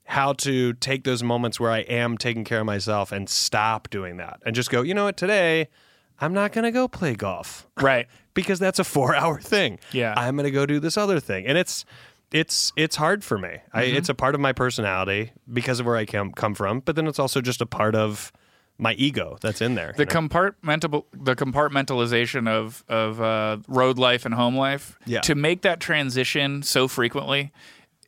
how to take those moments where I am taking care of myself and stop doing that and just go, you know what, today I'm not going to go play golf <laughs> Right. because that's a four <laughs> hour thing. Yeah. I'm going to go do this other thing. And it's, it's it's hard for me. I, Mm-hmm. it's a part of my personality because of where I come come from, but then it's also just a part of my ego that's in there. The you know? compartmental the compartmentalization of of uh, road life and home life Yeah. to make that transition so frequently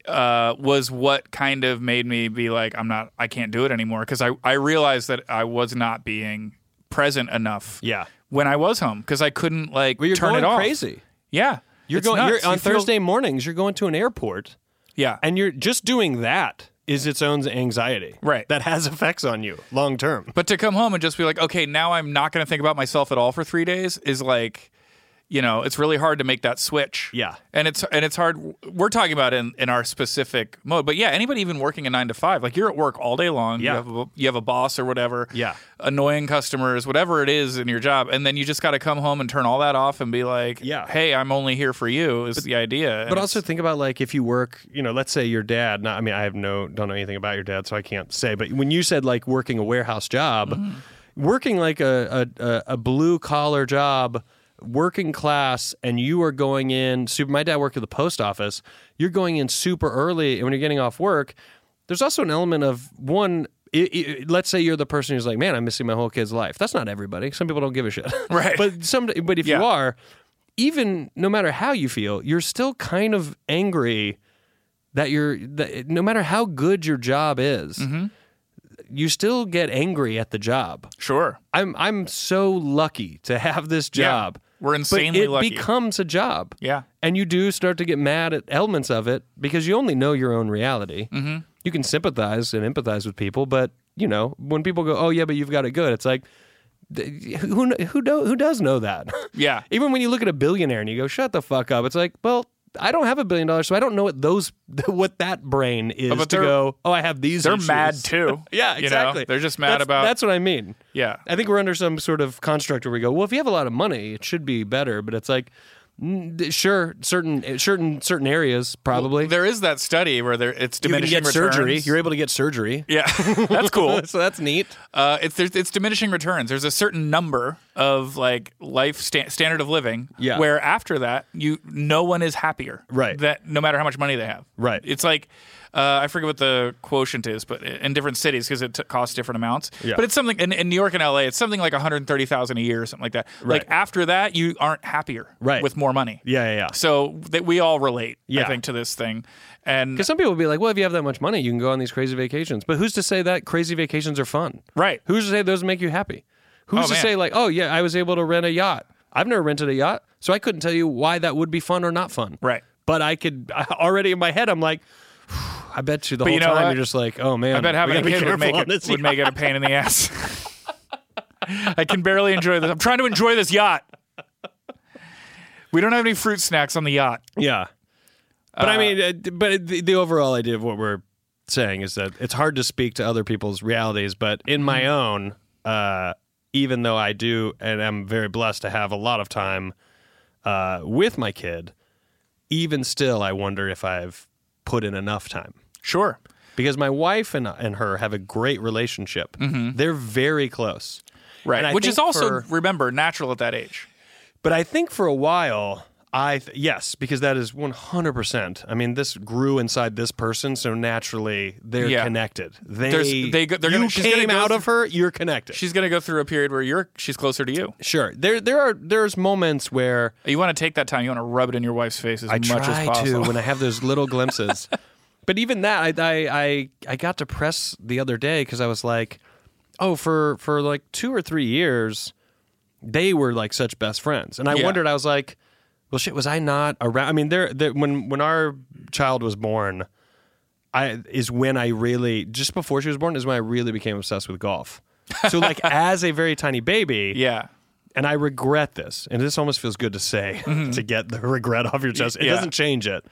uh, was what kind of made me be like I'm not I can't do it anymore because I I realized that I was not being present enough yeah, when I was home because I couldn't like well, you're turn going it off crazy. yeah You're It's going nuts. you're, on You feel- Thursday mornings. You're going to an airport, yeah and you're just doing that is its own anxiety, Right. That has effects on you long term. But to come home and just be like, okay, now I'm not going to think about myself at all for three days is like, you know, it's really hard to make that switch. Yeah. and it's and it's hard. We're talking about in in our specific mode, but yeah, anybody even working a nine to five, like you're at work all day long. Yeah. you have a, you have a boss or whatever. Yeah. annoying customers, whatever it is in your job, and then you just got to come home and turn all that off and be like, Yeah. hey, I'm only here for you is the idea. And But also think about like if you work, you know, let's say your dad. Not, I mean, I have no don't know anything about your dad, so I can't say. But when you said like working a warehouse job, Mm-hmm. working like a a, a, a blue collar job. Working class, and you are going in super. My dad worked at the post office. You're going in super early, and when you're getting off work, there's also an element of one. i i let's say you're the person who's like, "Man, I'm missing my whole kid's life." That's not everybody. Some people don't give a shit, Right. <laughs> But some, but if Yeah. you are, even no matter how you feel, you're still kind of angry that you're. That, no matter how good your job is, Mm-hmm. you still get angry at the job. sure, I'm I'm so lucky to have this Yeah. job. We're insanely but it lucky. becomes a job. Yeah. And you do start to get mad at elements of it because you only know your own reality. Mm-hmm. You can sympathize and empathize with people, but you know when people go, "Oh yeah, but you've got it good," it's like th- who kn- who do, who does know that? <laughs> Yeah. Even when you look at a billionaire and you go, "Shut the fuck up," it's like, well. I don't have a billion dollars, so I don't know what those <laughs> what that brain is but to they're- go. Oh, I have these. they're issues." mad <laughs> too. yeah, You know? exactly. They're just mad That's- about- That's what I mean. yeah. I think we're under some sort of construct where we go, well, if you have a lot of money, it should be better. But it's like, mm, th- sure, certain eh, certain certain areas probably. There is that study where there it's you can diminishing get surgery. returns. You're able to get surgery. Yeah, <laughs> that's cool. so that's neat. Uh, it's there's, it's diminishing returns. There's a certain number of like life sta- standard of living Yeah. where after that you no one is happier. Right. That no matter how much money they have. Right. It's like uh, I forget what the quotient is, but in different cities because it t- costs different amounts. Yeah. But it's something in, in New York and LA. It's something like 130,000 a year or something like that. Right. Like after that you aren't happier. Right. With more money. Yeah, yeah, yeah. So that we all relate. I Yeah. think to this thing. And Because some people will be like, well, if you have that much money, you can go on these crazy vacations. But who's to say that crazy vacations are fun? Right. Who's to say those make you happy? Who's Oh, to man. say like, oh yeah, I was able to rent a yacht. I've never rented a yacht, so I couldn't tell you why that would be fun or not fun. Right. But I could <laughs> I- already in my head, I'm like, <sighs> I bet you the But whole you know time what? you're just like, oh man, I bet having a we gotta be kid would careful make on it this would make it a pain in the ass. <laughs> I can barely enjoy this. I'm trying to enjoy this yacht. We don't have any fruit snacks on the yacht. Yeah. But I mean, uh, d- but the, the overall idea of what we're saying is that it's hard to speak to other people's realities, but in my own, uh, even though I do and I'm very blessed to have a lot of time uh, with my kid, even still, I wonder if I've put in enough time Sure. because my wife and, and her have a great relationship. They're very close. And I Right. Which think is also, for- remember, natural at that age. But I think for a while, I th- yes, because that is one hundred percent. I mean, this grew inside this person, so naturally they're Yeah. connected. They There's- they go- they're you gonna- she's gonna came go out th- of her, you're connected. She's going to go through a period where you're she's closer to you. sure. There there are there's moments where You want to take that time. You want to rub it in your wife's face as I much try as possible. to when I have those little glimpses. <laughs> but even that, I I I, I got depressed the other day because I was like, oh, for for like two or three years, they were like such best friends, and I Yeah. wondered. I was like, well, shit, was I not around? I mean, there there- when when our child was born. I is when I really just <laughs> before she was born is when I really became obsessed with golf. So like as a very tiny baby, yeah. and I regret this, and this almost feels good to say <laughs> to get the regret off your chest. It Mm-hmm. Yeah. doesn't change it.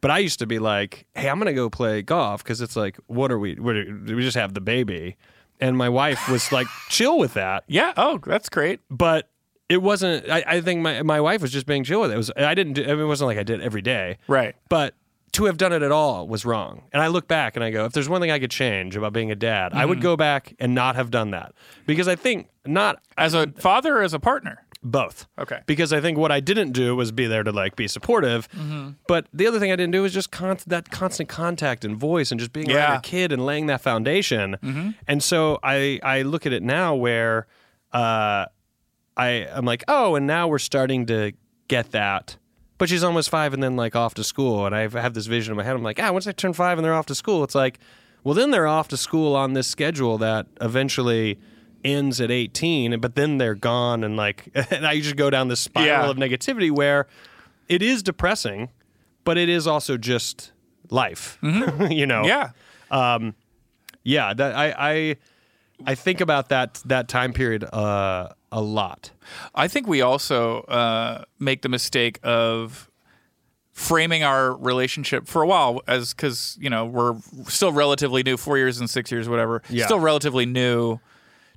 But I used to be like, "Hey, I'm gonna go play golf because it's like, what are we? What are, we just have the baby." And my <laughs> wife was like, "Chill with that." Yeah. Oh, that's great. but it wasn't. I, I think my, my wife was just being chill with it. it was I didn't. Do, I mean, it wasn't like I did every day, Right. But to have done it at all was wrong. And I look back and I go, if there's one thing I could change about being a dad, I Mm-hmm. would go back and not have done that because I think not As a father or as a partner? both. Okay. Because I think what I didn't do was be there to like be supportive, Mm-hmm. but the other thing I didn't do was just con- that constant contact and voice and just being around Yeah. Mm-hmm. your kid and laying that foundation. And so I I look at it now where uh, I I'm like oh and now we're starting to get that. But she's almost five and then like off to school. And I've- I have this vision in my head. I'm like, ah, once I turn five and they're off to school, it's like, well, then they're off to school on this schedule that eventually ends at 18, but then they're gone. And like, <laughs> and I just go down this spiral Yeah. of negativity where it is depressing, but it is also just life, <laughs> you know? Mm-hmm. Yeah. Yeah. That, I, I, I think about that, that time period uh, a lot. I think we also uh, make the mistake of framing our relationship for a while as because you know we're still relatively new four years and six years whatever Yeah. still relatively new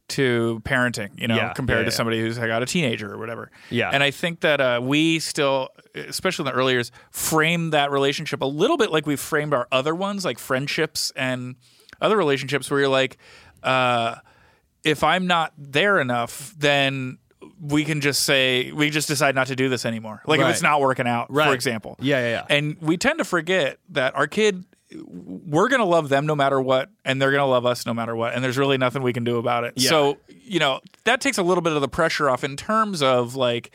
to parenting you know Yeah, compared yeah, to yeah. somebody who's got a teenager or whatever Yeah. and i think that uh, we still especially in the early years frame that relationship a little bit like we framed our other ones like friendships and other relationships where you're like uh, if I'm not there enough, then we can just say we just decide not to do this anymore. Like if Right. it's not working out, Right. for example. Yeah, yeah, yeah. And we tend to forget that our kid we're going to love them no matter what and they're going to love us no matter what and there's really nothing we can do about it. So, you know, that takes a little bit of the pressure off in terms of like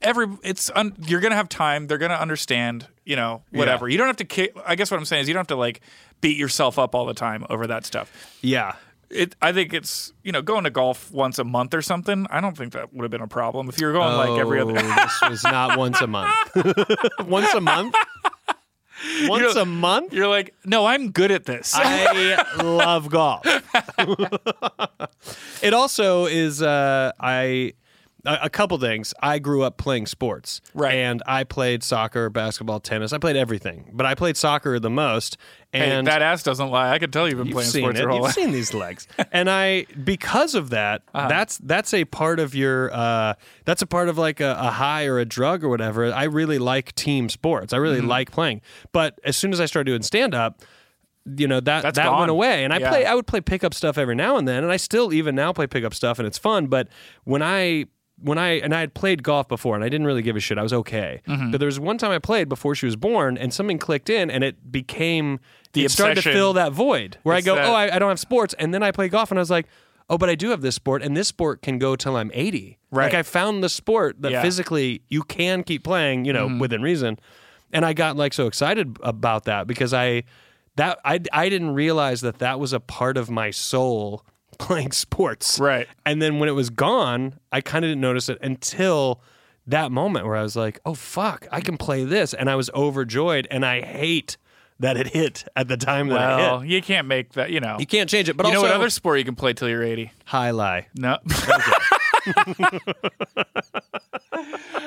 every it's un, you're going to have time, they're going to understand, you know, whatever. You don't have to ki- I guess what I'm saying is you don't have to like beat yourself up all the time over that stuff Yeah. it I think it's you know going to golf once a month or something. I don't think that would have been a problem if you were going like every Oh, other. this was not once a month. <laughs> once <laughs> a month? Once a <laughs> month? You're like, no, I'm good at this. I <laughs> love golf. it also is uh I a a couple things. I grew up playing sports. Right. And I played soccer, basketball, tennis. I played everything. But I played soccer the most. Hey, And that ass doesn't lie. I could tell you've been You've playing seen sports it. your whole You've life. Uh-huh. seen these legs, and I because <laughs> of that, that's that's a part of your uh, that's a part of like a, a high or a drug or whatever. I really like team sports. I Mm-hmm. really like playing, but as soon as I started doing stand up. You know that That's that gone. went away, and I Yeah. play. I would play pickup stuff every now and then, and I still even now play pickup stuff, and it's fun. But when I when I and I had played golf before, and I didn't really give a shit. I was okay, Mm-hmm. but there was one time I played before she was born, and something clicked in, and it became The it started to obsession. fill that void where It's I go, that- oh, I, I don't have sports, and then I play golf, and I was like, oh, but I do have this sport, and this sport can go till I'm 80. Right. Like I found the sport that Yeah. Mm-hmm. physically you can keep playing, you know, within reason. And I got like so excited about that because I that I I didn't realize that that was a part of my soul <laughs> playing sports. Right. And then when it was gone, I kind of didn't notice it until that moment where I was like, "Oh fuck, I can play this," and I was overjoyed, and I hate that it hit at the time that it hit. Well, you can't make that. You know. You can't change it. But You know also, what other sport you can play till you're 80? high lie. <laughs> No.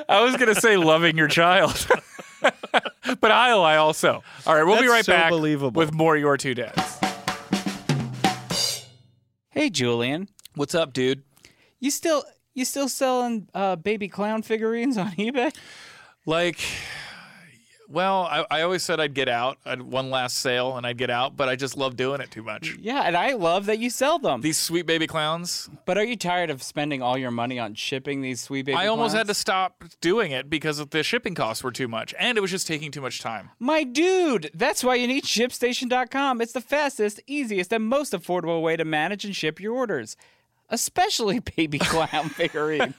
I was gonna say loving your child, <laughs> but I lie also. All right, we'll be That's right so back believable. with more your two dads. Hey, Julian, What's up, dude? you still you still selling uh, baby clown figurines on eBay? Like, well, I, I always said I'd get out. I'd one last sale and I'd get out, but I just love doing it too much. Yeah, and I love that you sell them. These sweet baby clowns. but are you tired of spending all your money on shipping these sweet baby? I almost had to clowns? stop doing it because of the shipping costs were too much, and it was just taking too much time. My dude, that's why you need ShipStation.com. It's the fastest, easiest, and most affordable way to manage and ship your orders, especially <laughs> baby clown figurines.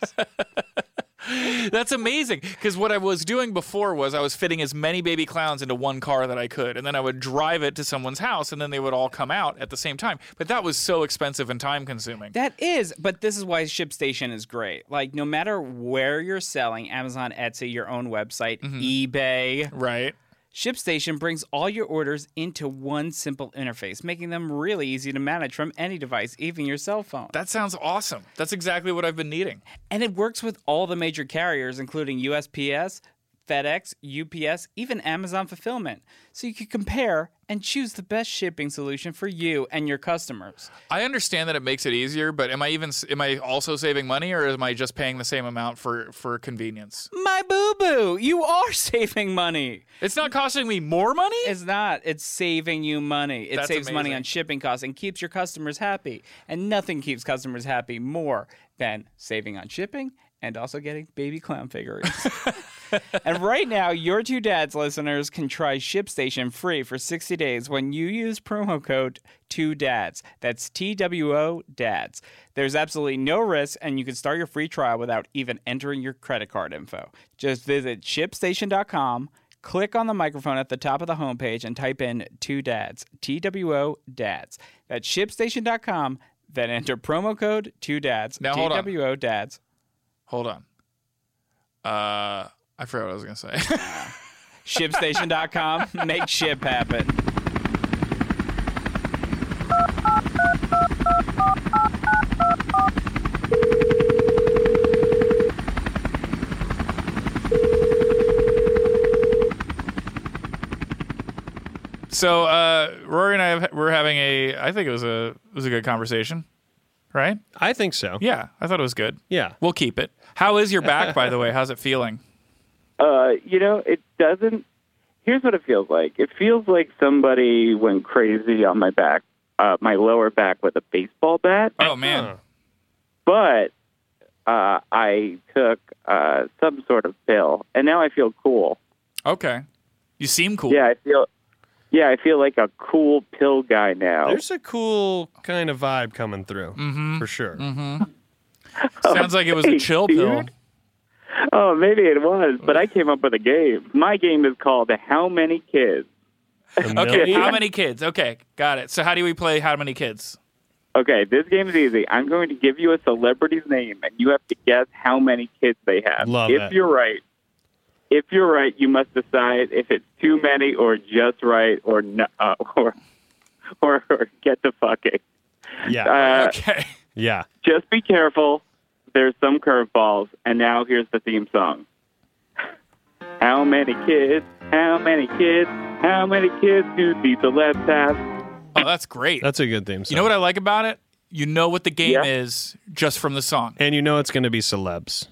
That's amazing. Because what I was doing before was I was fitting as many baby clowns into one car that I could, and then I would drive it to someone's house, and then they would all come out at the same time. But that was so expensive and time consuming. That is, but this is why ShipStation is great. Like, no matter where you're selling, Amazon, Etsy, your own website, eBay, right. ShipStation brings all your orders into one simple interface, making them really easy to manage from any device, even your cell phone. That sounds awesome. That's exactly what I've been needing. And it works with all the major carriers, including USPS, FedEx, UPS, even Amazon Fulfillment. So you can compare and choose the best shipping solution for you and your customers. I understand that it makes it easier, but am I even am I also saving money or am I just paying the same amount for for convenience? My boo boo, you are <laughs> saving money. It's not costing me more money? It's not, it's saving you money. It That's saves money amazing. on shipping costs and keeps your customers happy. And nothing keeps customers happy more than saving on shipping and also getting baby clown figurines. <laughs> And right now, your two dads listeners can try ShipStation free for 60 days when you use promo code 2DADS. That's T W O DADS. There's absolutely no risk, and you can start your free trial without even entering your credit card info. Just visit shipstation.com, click on the microphone at the top of the homepage, and type in 2DADS, T W O DADS. That's shipstation.com, then enter promo code 2DADS, Now, T hold on. W O DADS. Hold on. Uh I forgot what I was going to say. <laughs> ShipStation.com, <laughs> make ship happen. so, uh Rory and I have, were having a I think it was a it was a good conversation. Right? I think so. Yeah, I thought it was good. Yeah. We'll keep it. How is your back by the way? How's it feeling? Uh, you know, it doesn't. Here's what it feels like. It feels like somebody went crazy on my back, uh, my lower back, with a baseball bat. Oh man. But uh, I took uh, some sort of pill, and now I feel cool. Okay. You seem cool. Yeah, I feel. Yeah, I feel like a cool pill guy now. There's a cool kind of vibe coming through Mm-hmm. for sure. Sounds like it was a Thanks, chill dude. pill. Oh, maybe it was, but I came up with a game. My game is called How Many Kids? A Okay, million- how many kids? Okay, got it. So how do we play how many kids? Okay, this game is easy. I'm going to give you a celebrity's name, and you have to guess how many kids they have. Love if it. you're right, if you're right, you must decide if it's too many or just right, or no, uh, <laughs> or, or or get the fucking. yeah, Uh, Okay. yeah. Just be careful. There's some curveballs, and now here's the theme song. <laughs> How many kids? How many kids? How many kids do these celebs have? Oh, that's great. That's a good theme song. you know what I like about it? You know what the game Yeah. is just from the song. and you know it's going to be celebs.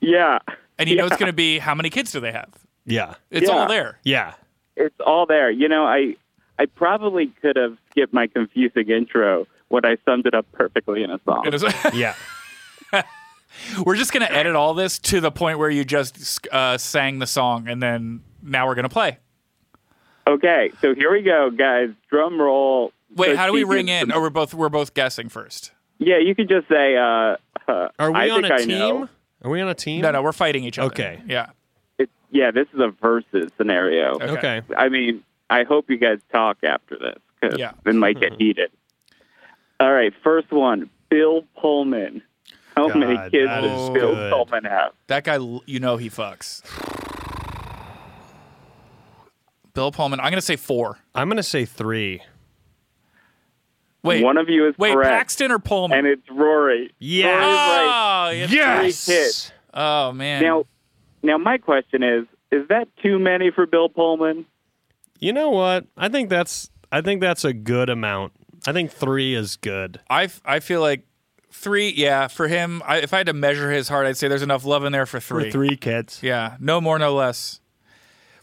Yeah, And you know it's going to be how many kids do they have? Yeah, It's Yeah. all there. yeah. it's all there. You know, I I probably could have skipped my confusing intro when I summed it up perfectly in a song. It is- <laughs> Yeah. we're just going to edit all this to the point where you just uh, sang the song and then now we're going to play. Okay, so here we go, guys. Drum roll. Wait, So how do we Steve ring Houston- in? Oh, we're both we're both guessing first. Yeah, you could just say. Uh, uh, Are we I on think a I team? know. Are we on a team? No, no, we're fighting each other. Okay. Yeah. It, yeah, this is a versus scenario. Okay. Okay. I mean, I hope you guys talk after this because Yeah. it <laughs> might get heated. All right, first one, Bill Pullman. How many God, kids that does is Bill good. Pullman have? That guy, l- you know, he fucks. Bill Pullman. I'm going to say four. I'm going to say three. Wait. One of you is Wait, correct, Paxton or Pullman? and it's Rory. Yeah. Rory's right. oh, yeah. Yes. kids. Oh man. Now, now my question is: Is that too many for Bill Pullman? You know what? I think that's I think that's a good amount. I think three is good. I f- I feel like three. Yeah, for him, I, if I had to measure his heart, I'd say there's enough love in there for three. kids. Yeah, no more, no less.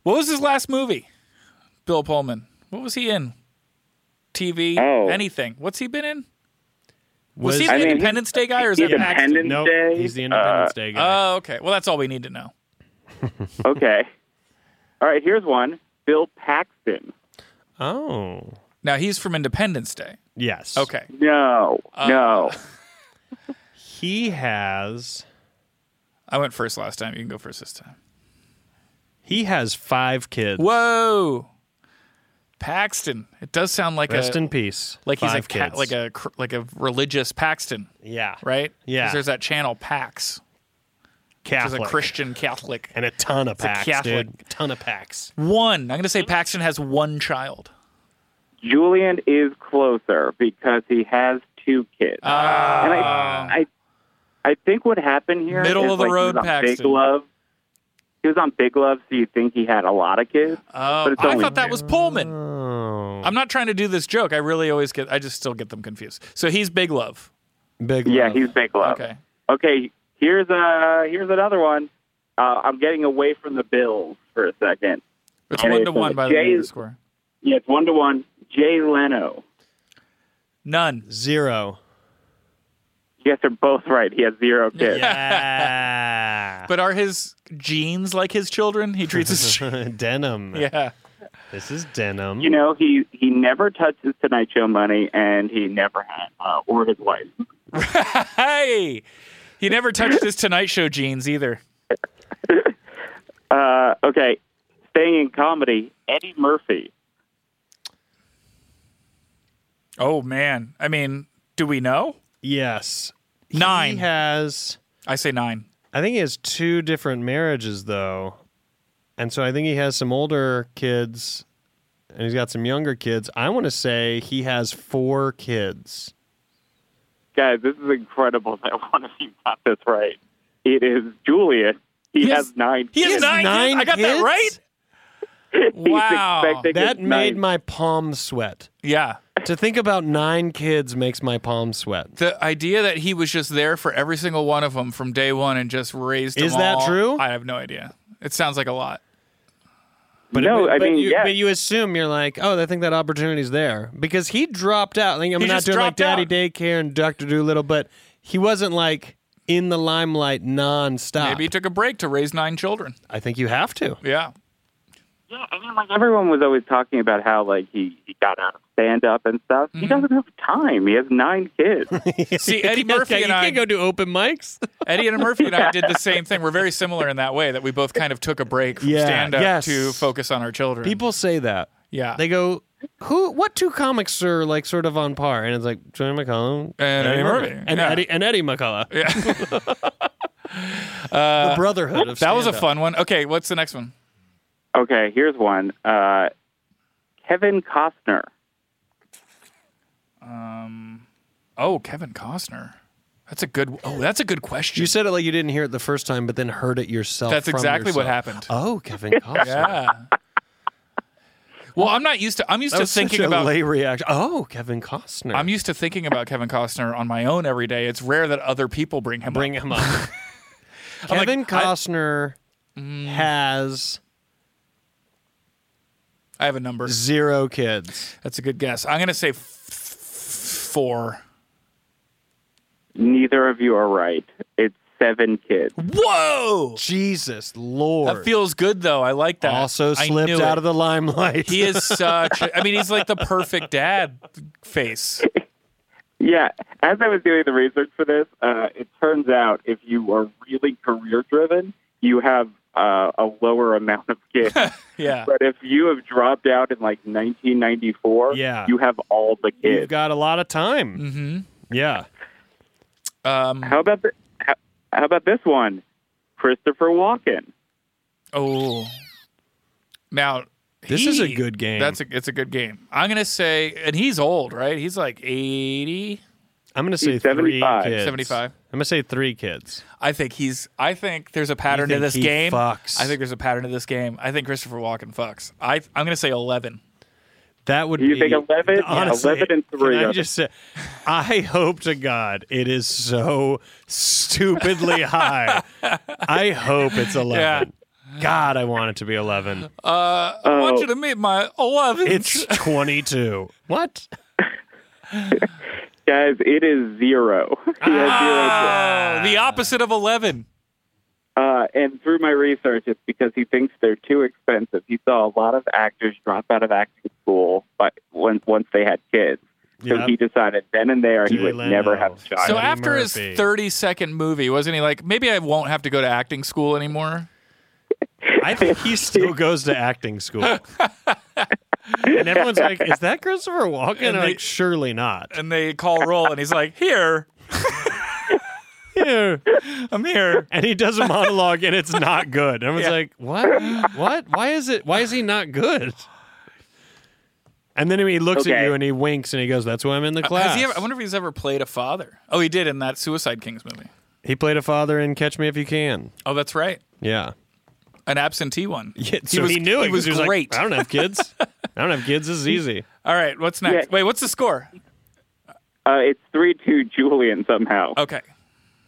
What was his last movie? Bill Pullman. What was he in? TV? Oh. Anything? What's he been in? Was, Was, he the I mean, Independence Day guy or is that Paxton? Independence Nope, Day. he's the Independence Day guy. Oh, okay. Well, that's all we need to know. Uh, okay. All right. Here's one: Bill Paxton. oh, Now he's from Independence Day. yes. Okay. No, Uh. no. He has I went first last time. You can go first this time. he has five kids. Whoa. Paxton. It does sound like Rest a in peace. like he's five a cat, kids. like a cr- like a religious Paxton, yeah. right? 'Cause Yeah. There's that channel Pax. She's a Catholic. Christian Catholic. and a ton of a packs, Catholic. dude. ton of packs. One. I'm going to say Paxton has one child. Julian is closer because he has two kids. and I, I, I think what happened here Ah. Middle is, of the like, he road was on Big Paxton. Love. He was on Big Love, so you think he had a lot of kids. Oh, But it's I only thought that two. was Pullman. Oh. I'm not trying to do this joke. I really always get. I just still get them confused. So he's Big Love. Big Yeah, love. he's Big Love. Okay. Okay, here's uh here's another one. Uh, I'm getting away from the Bills for a second. It's Okay, one to so one by the way. Jay- The score. Yeah, it's one to one. Jay Leno. None. <laughs> Zero. You guys are both right. He has zero kids. Yeah. But are his genes like his children? He treats his. <laughs> chi- <laughs> denim. yeah. This is denim. You know, he he never touches Tonight Show money, and he never had uh, or his wife. Hey. He never touched his Tonight Show genes either. Uh, okay, staying in comedy, Eddie Murphy. Oh man. I mean, do we know? yes. Nine. He has I say nine. I think he has two different marriages though. And so I think he has some older kids and he's got some younger kids. I want to say he has four kids. Guys, this is incredible <laughs> that one of you got this right. It is Julian. He Yes. has nine. He has, kids. nine. nine kids? I got kids? that right. <laughs> He's Wow. expecting his That made ninth. my palms sweat. Yeah. to think about nine kids makes my palms sweat. The idea that he was just there for every single one of them from day one and just raised them Is that all, true? I have no idea. It sounds like a lot. But No, but, I mean, you, yes. but you assume you're like, oh, I think that opportunity's there because he dropped out. Like, I'm He not just doing like dropped out. Daddy Daycare and Doctor Doolittle, but he wasn't like in the limelight nonstop. Maybe he took a break to raise nine children. I think you have to. Yeah. Yeah, I mean, like everyone was always talking about how like he he got out of stand up and stuff. He doesn't have time. He has nine kids. See, Eddie Murphy <laughs> you and can't I, go do open mics. <laughs> Eddie and Murphy and I did the same thing. We're very similar in that way that we both kind of took a break from Yeah, stand up yes. to focus on our children. People say that yeah. they go, who? What two comics are like sort of on par? And it's like Johnny McCollum And Eddie Murphy. and Yeah. Eddie and Eddie McCullough, yeah. <laughs> <laughs> the brotherhood of Uh, that was a stand-up. fun one. Okay, what's the next one? okay, here's one. Uh, Kevin Costner. Oh, Kevin Costner. That's a good. Oh, that's a good question. You said it like you didn't hear it the first time, but then heard it yourself. that's from exactly what yourself. happened. Oh, Kevin <laughs> Costner. Yeah. <laughs> Well, I'm not used to. I'm used That to was such thinking a about. late reaction. Oh, Kevin Costner. I'm used to thinking about Kevin Costner on my own every day. It's rare that other people bring him. bring up. <laughs> him up. like, Kevin I- Mm. Costner has I have a number. zero kids. That's a good guess. I'm gonna say f- f- four. Neither of you are right. It's seven kids. Whoa! Jesus Lord. That feels good though. I like that. also I slipped knew out it. of the <laughs> limelight. He is such. I mean, he's like the perfect dad face. Yeah, as I was doing the research for this, uh, it turns out if you are really career driven, you have uh, a lower amount of kids. Yeah. but if you have dropped out in like 1994, Yeah. you have all the You've kids. got a lot of time. Mm-hmm. Yeah. Um. how about the, how, how about this one, Christopher Walken? Oh. Now. This is a he- good game. That's a. It's a good game. I'm gonna say, and he's old, right? He's like 80. I'm going to say He's three 75. kids. 75. I'm going to say three kids. I think he's. I think there's a pattern You to this think he game. fucks. I think there's a pattern to this game. I think Christopher Walken fucks. I. I'm gonna say 11. That would You be think 11? Yeah, honestly, 11 and three. can I just say, I hope to God it is so <laughs> stupidly high. I hope it's 11. God, I want it to be 11. I want Oh. you to meet my 11. It's 22. what? Guys, it is zero. <laughs> He has zero kids. Oh, the opposite of 11. Uh, and through my research, it's because he thinks they're too expensive. He saw a lot of actors drop out of acting school, but once once they had kids, so Yep. he decided then and there he Jay would Leno. never have a child. So Eddie after Murphy. his 30 second movie, wasn't he like, maybe I won't have to go to acting school anymore? I think <laughs> he still goes to acting school. and everyone's like, is that Christopher Walken? And I'm they- like, surely not. And they call roll, and he's like, <laughs> here. here. I'm here. And he does a monologue and it's not good. Everyone's like, what? What? Why is it? Why is he not good? And then he looks at Okay. you and he winks and he goes, that's why I'm in the class. Uh, Has he ever, I wonder if he's ever played a father. Oh, he did in that Suicide Kings movie. he played a father in Catch Me If You Can. Oh, that's right. Yeah. An absentee one. Yeah, so he, was- knew it. he 'cause was like, great. I don't have kids. I don't have kids. This is easy. All right, what's next? Yeah. Wait, what's the score? Uh, it's three two Julian somehow. Okay.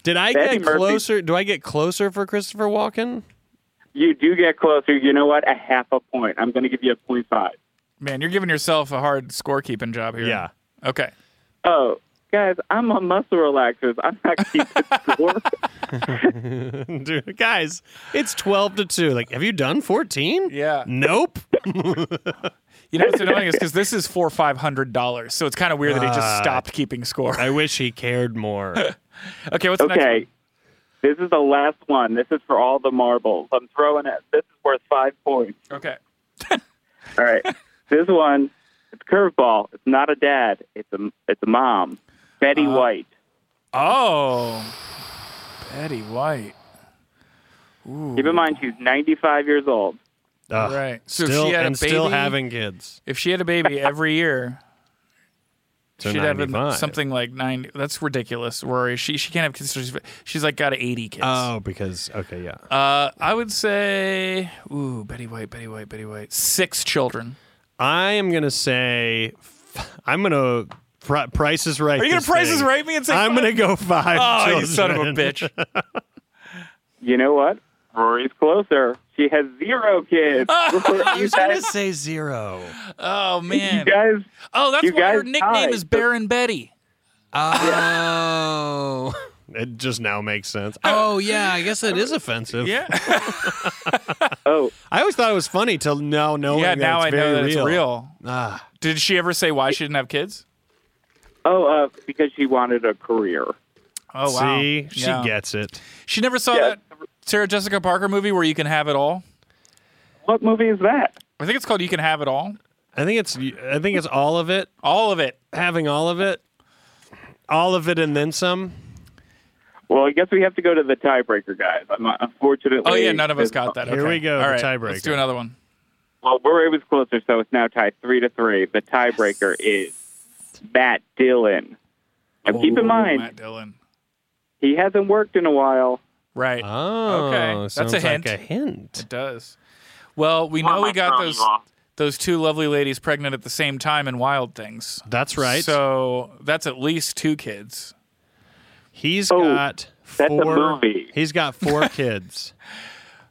Did I Eddie get Murphy- closer? Do I get closer for Christopher Walken? You do get closer. You know what? A half a point. I'm going to give you a point five. Man, you're giving yourself a hard scorekeeping job here. Yeah. Okay. Oh, guys, I'm on muscle relaxers. I'm not keeping <laughs> score. <laughs> Dude, guys, it's 12 to 2. Like, have you done 14? Yeah. Nope. You know what's annoying is because this is four five hundred dollars, so it's kind of weird that he just stopped keeping score. I wish he <laughs> cared more. Okay, what's the next? Okay. This is the last one. This is for all the marbles. I'm throwing it. This is worth five points. One? Okay. All <laughs> right. this one, it's curveball. It's not a dad. It's a it's a mom. Uh, Betty White. Oh, Betty White. Keep in mind she's 95 years old. Ugh. Right. So if Still, she had a and still baby- having kids. If she had a baby every year, To she'd 95. have something like nine. That's ridiculous, Rory. She she can't have kids. till She's, she's like got eighty kids. Oh, because, okay, yeah. Uh, I would say, ooh, Betty White, Betty White, Betty White. Six children. I am going to say, <laughs> f- I'm going to. Pri- price is right. Are you gonna this Price is thing. Right me and say I'm five? going to go five. Oh, you children. son of <laughs> a <laughs> bitch. You know what? Rory's closer. She has zero kids. <laughs> you guys, say zero. Oh man. you guys, oh, that's you why her guys nickname tied. is Baron Betty. Oh. it just now makes sense. Oh, yeah. I guess that is offensive. Yeah. oh, I always thought it was funny till now knowing yeah. that Now it's I know that very it's real. real. Ah. Did she ever say why she didn't have kids? oh, uh, because she wanted a career. Oh See, she Yeah. gets it. She never saw Yeah. that Sarah Jessica Parker movie where you can have it all. What movie is that? I think it's called You Can Have It All. I think it's I think it's all of it, All of it. having all of it, all of it, and then some. Well, I guess we have to go to the tiebreaker, guys. I'm, uh, unfortunately, Oh yeah, none of us got that. Here Okay. we go, All the right, tiebreaker. Let's do another one. Well, Rory was closer, so it's now tied three to three. The tiebreaker is Matt Dillon. Now, keep in Ooh, mind, Oh, Matt Dillon. he hasn't worked in a while. Right. Oh, Okay, that's a sounds hint. Like a hint. It does. Well, we know we got those those two lovely ladies pregnant at the same time in Wild Things. That's right. So that's at least two kids. he's Oh, got that's a four. movie. He's got <laughs> four kids.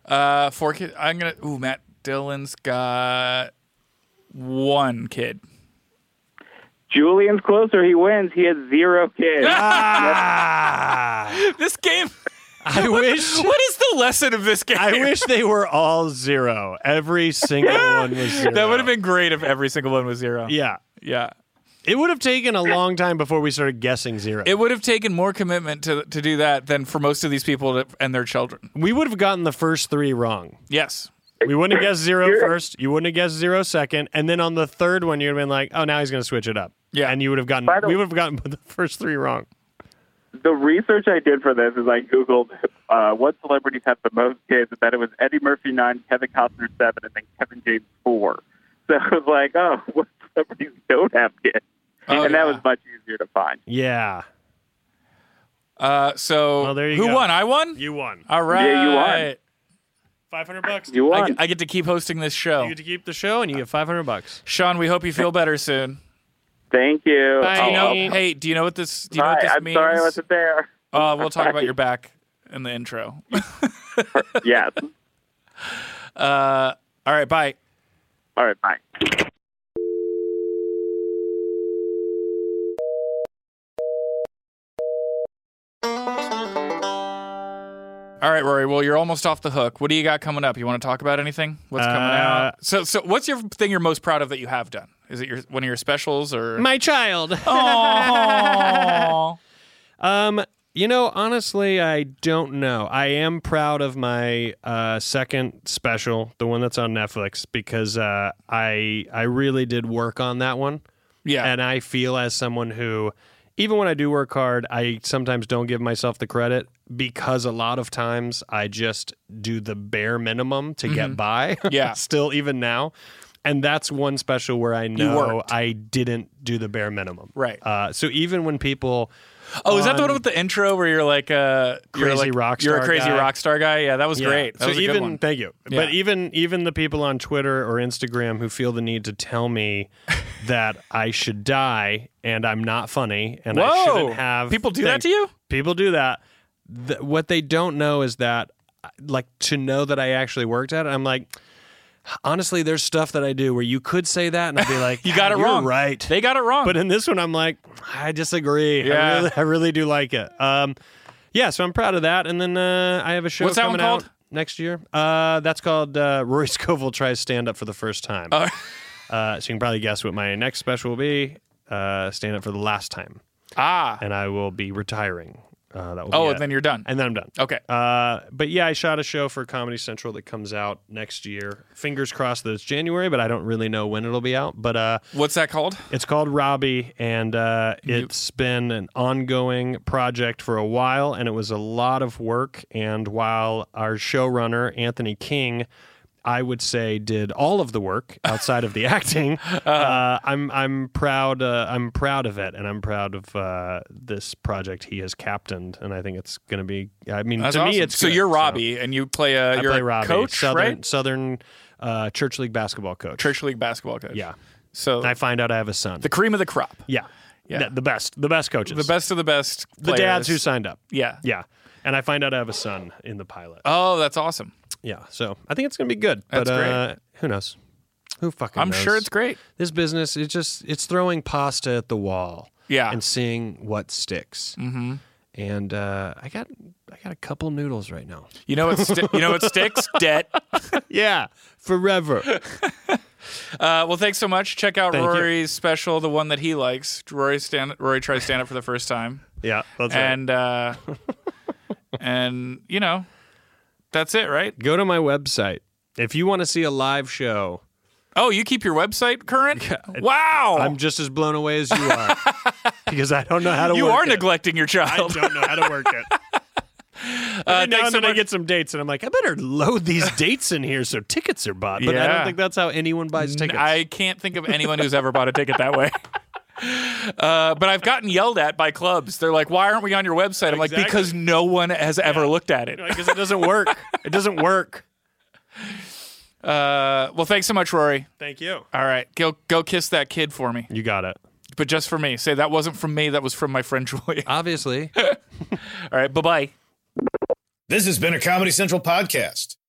Uh, four kids. I'm gonna. Ooh, Matt Dillon's got one kid. Julian's closer. He wins. He has zero kids. <laughs> Ah! This game. <laughs> I wish. What is the lesson of this game? I wish they were all zero. Every single one was zero. that would have been great if every single one was zero. Yeah. Yeah. It would have taken a long time before we started guessing zero. It would have taken more commitment to to do that than for most of these people to, and their children. we would have gotten the first three wrong. Yes. We wouldn't have guessed zero first. You wouldn't have guessed zero second. And then on the third one, you'd have been like, oh, now he's going to switch it up. Yeah. And you would have gotten, the- we would have gotten <laughs> the first three wrong. the research I did for this is I Googled uh, what celebrities have the most kids, and that it was Eddie Murphy nine, Kevin Costner seven, and then Kevin James four. <laughs> So I was like, oh, <laughs> what celebrities don't have kids? Oh, and yeah. that was much easier to find. Yeah. Uh, so Well, there you who go. won? I won. You won. All right. Yeah, you won. 500 bucks. You I won. get, I get to keep hosting this show. You get to keep the show and you get 500 bucks. Sean, we hope you feel better soon. Thank you. Bye. Do you know? Hey. Hey, do you know what this? Do you know Hi, what this I'm means? sorry I <laughs> wasn't there. Uh, we'll talk about your back in the intro. yes. Uh, all right, bye. All right. Bye. All right, Rory. Well, you're almost off the hook. What do you got coming up? You want to talk about anything? What's coming Uh, out? So, so what's your thing you're most proud of that you have done? Is it your one of your specials or? My child. Aw. <laughs> Um, you know, honestly, I don't know. I am proud of my uh, second special, the one that's on Netflix, because uh, I I really did work on that one. yeah. And I feel as someone who even when I do work hard, I sometimes don't give myself the credit because a lot of times I just do the bare minimum to get by. Mm-hmm. <laughs> Yeah. Still, even now. And that's one special where I know worked. I didn't do the bare minimum. Right. Uh, so even when people, Oh, is that the one on- with the intro where you're like uh, you're Crazy like- rock You're a star crazy guy. rock star guy. Yeah, that was Yeah. great. That so was a even good one. thank you. Yeah. But even even the people on Twitter or Instagram who feel the need to <laughs> tell me that I should die and I'm not funny and I Whoa! shouldn't have People do that things. to you? People do that. Th- what they don't know is that like to know that I actually worked at it. I'm like honestly there's stuff that I do where you could say that and I'd be <laughs> like You got it "You're wrong. Right. They got it wrong. But in this one, I'm like, I disagree. Yeah. I, really, I really do like it. Um, yeah, so I'm proud of that. And then uh, I have a show What's that one coming called? out next year. Uh, that's called uh, Rory <laughs> Scovel Tries Stand Up for the First Time. Oh. Uh, so you can probably guess what my next special will be uh, Stand Up for the Last Time. ah, And I will be retiring. Uh, that will oh, be and it. then you're done. And then I'm done. Okay. Uh, but yeah, I shot a show for Comedy Central that comes out next year. Fingers crossed that it's January, but I don't really know when it'll be out. But uh, What's that called? it's called Robbie, and uh, it's been an ongoing project for a while, and it was a lot of work. And while our showrunner, Anthony King, I would say did all of the work outside <laughs> of the acting. Uh-huh. Uh, I'm I'm proud uh, I'm proud of it, and I'm proud of uh, this project he has captained, and I think it's going to be. I mean, That's to awesome. me, it's so good. you're Robbie and you play a I you're play a Robbie, coach, Southern right? Southern uh, Church League basketball coach. Church league basketball coach. yeah. So And I find out I have a son. the cream of the crop, Yeah. Yeah. The, the best. The best coaches. the best of the best. The dads who players. signed up. yeah. Yeah. And I find out I have a son in the pilot. Oh, that's awesome. Yeah. So I think it's going to be good. That's but Uh, who knows? Who fucking I'm knows? sure it's great. This business is just, it's throwing pasta at the wall Yeah. and seeing what sticks. Mm-hmm. And uh, I got, I got a couple noodles right now. You know what? Sti- you know what <laughs> sticks? Debt. Yeah. <laughs> Forever. Uh, well, thanks so much. Check out Thank you. Rory's special, the one that he likes. Rory stand. Rory tries stand up for the first time, yeah. That's and uh, and you know, that's it, right? Go to my website. If you want to see a live show, Oh, you keep your website current? wow, I'm just as blown away as <laughs> you are because I don't know how to you work are it. neglecting your child. don't know how to work <laughs> it. Uh, now thanks and so then I much. get some dates, and I'm like, I better load <laughs> these dates in here so tickets are bought. But I Yeah. don't think that's how anyone buys tickets. I can't think of anyone who's ever bought a ticket that way. <laughs> Uh, but I've gotten yelled at by clubs. They're like, "Why aren't we on your website?" I'm Exactly. like, "Because no one has ever looked at it." because it doesn't work. It doesn't work. Uh, well, thanks so much, Rory. Thank you. All right, go go kiss that kid for me. You got it. but just for me. Say that wasn't from me. That was from my friend <laughs> Julia. Obviously. All right. Bye bye. This has been a Comedy Central podcast.